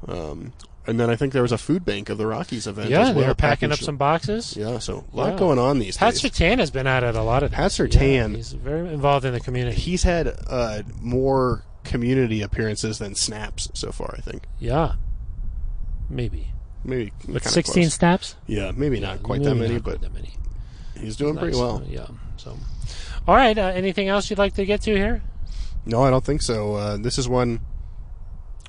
Speaker 2: Um, And then I think there was a food bank of the Rockies event.
Speaker 1: yeah,
Speaker 2: as well,
Speaker 1: they were packing up
Speaker 2: sh-
Speaker 1: some boxes.
Speaker 2: Yeah, so a lot
Speaker 1: Yeah.
Speaker 2: going on these
Speaker 1: Pat
Speaker 2: days.
Speaker 1: Sertan has been at it a lot of.
Speaker 2: Pat
Speaker 1: times. Yeah,
Speaker 2: Sertan.
Speaker 1: he's very involved in the community.
Speaker 2: He's had uh, more community appearances than snaps so far. I think
Speaker 1: Yeah, maybe.
Speaker 2: maybe
Speaker 1: But
Speaker 2: kinda
Speaker 1: 16
Speaker 2: close.
Speaker 1: snaps.
Speaker 2: Yeah, maybe not quite that
Speaker 1: Maybe
Speaker 2: many,
Speaker 1: not quite
Speaker 2: but
Speaker 1: that many.
Speaker 2: he's doing pretty
Speaker 1: Nice.
Speaker 2: well.
Speaker 1: Yeah. So, all right. Uh, anything else you'd like to get to here?
Speaker 2: No, I don't think so. Uh, this is one.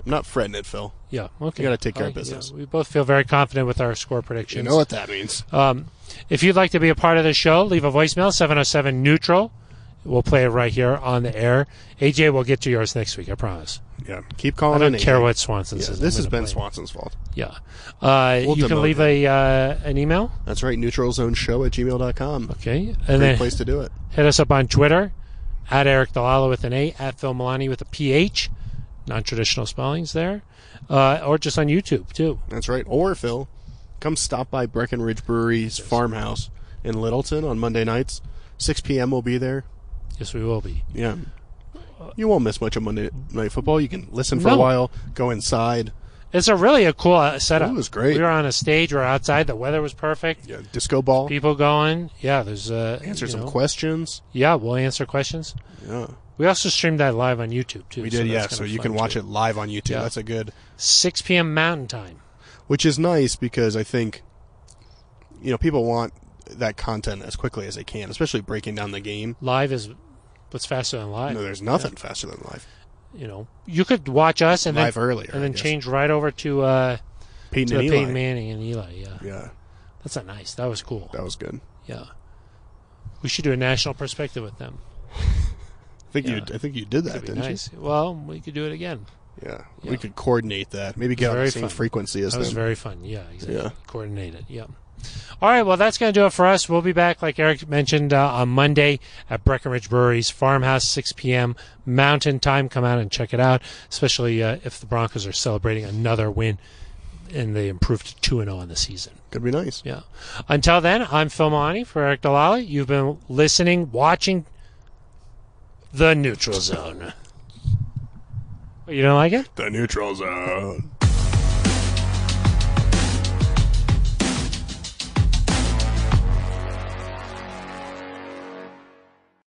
Speaker 2: I'm not fretting it, Phil.
Speaker 1: Yeah. Okay.
Speaker 2: gotta take care
Speaker 1: I
Speaker 2: of
Speaker 1: like- yeah,
Speaker 2: business.
Speaker 1: we both feel very confident with our score predictions.
Speaker 2: You know what that means.
Speaker 1: Um, if you'd like to be a part of the show, leave a voicemail 707 neutral. We'll play it right here on the air. AJ will get to yours next week. I promise.
Speaker 2: Yeah, keep
Speaker 1: I
Speaker 2: calling.
Speaker 1: don't
Speaker 2: in,
Speaker 1: care
Speaker 2: AJ.
Speaker 1: what Swanson
Speaker 2: Yeah,
Speaker 1: says.
Speaker 2: this
Speaker 1: I'm
Speaker 2: has
Speaker 1: gonna
Speaker 2: been
Speaker 1: play
Speaker 2: Swanson's fault.
Speaker 1: it. Yeah. Uh,
Speaker 2: We'll
Speaker 1: you can
Speaker 2: demote
Speaker 1: leave a uh, an email.
Speaker 2: That's right. Neutralzoneshow at gmail.com.
Speaker 1: Okay. And
Speaker 2: Great
Speaker 1: then
Speaker 2: place to do it.
Speaker 1: Hit us up on Twitter at Eric Dalala with an A, at Phil Milani with a PH, non traditional spellings there, uh, or just on YouTube too.
Speaker 2: That's right. Or Phil, come stop by Breckenridge Brewery's farmhouse in Littleton on Monday nights. 6 p.m. will be there.
Speaker 1: Yes, we will be.
Speaker 2: Yeah. You won't miss much of Monday Night Football. You can listen for
Speaker 1: Uh, No.
Speaker 2: a while, go inside.
Speaker 1: It's a really a cool uh, setup.
Speaker 2: It was great.
Speaker 1: We were on a stage, we are outside, the weather was perfect.
Speaker 2: Yeah, disco ball.
Speaker 1: People going, yeah. There's uh,
Speaker 2: Answer
Speaker 1: you
Speaker 2: some
Speaker 1: know,
Speaker 2: questions.
Speaker 1: Yeah, we'll answer questions.
Speaker 2: Yeah,
Speaker 1: We also streamed that live on YouTube too.
Speaker 2: we did. yeah, so you can watch it live on YouTube.
Speaker 1: Yeah.
Speaker 2: That's a good,
Speaker 1: 6 p.m. Mountain Time.
Speaker 2: which is nice because I think, you know, people want that content as quickly as they can, especially breaking down the game.
Speaker 1: Live is what's faster than live.
Speaker 2: No, there's nothing faster than live.
Speaker 1: you know, you could watch us and
Speaker 2: Live
Speaker 1: then
Speaker 2: earlier,
Speaker 1: and
Speaker 2: I
Speaker 1: then
Speaker 2: guess.
Speaker 1: change right over to. Uh,
Speaker 2: Peyton
Speaker 1: to
Speaker 2: and Eli.
Speaker 1: Peyton Manning and Eli. Yeah,
Speaker 2: Yeah,
Speaker 1: that's not nice. That was cool.
Speaker 2: that was good.
Speaker 1: Yeah, we should do a national perspective with them.
Speaker 2: I think you.
Speaker 1: Yeah.
Speaker 2: I think you did that,
Speaker 1: That'd be
Speaker 2: didn't
Speaker 1: nice. Well, we could do it again.
Speaker 2: you? Yeah.
Speaker 1: Yeah.
Speaker 2: we could coordinate that. Maybe get on
Speaker 1: very
Speaker 2: the same
Speaker 1: fun.
Speaker 2: frequency as
Speaker 1: That was
Speaker 2: them.
Speaker 1: very fun. Yeah, exactly.
Speaker 2: Yeah.
Speaker 1: Coordinate it. Yeah. All right. Well, that's going to do it for us. We'll be back, like Eric mentioned, uh, on Monday at Breckenridge Brewery's Farmhouse, 6 p.m. Mountain Time. Come out and check it out, especially uh, if the Broncos are celebrating another win and they improved to 2 0 on the season.
Speaker 2: Could be nice.
Speaker 1: Yeah. Until then, I'm Phil Monty for Eric Delali. You've been listening, watching The Neutral Zone. You don't like it?
Speaker 2: The neutral zone.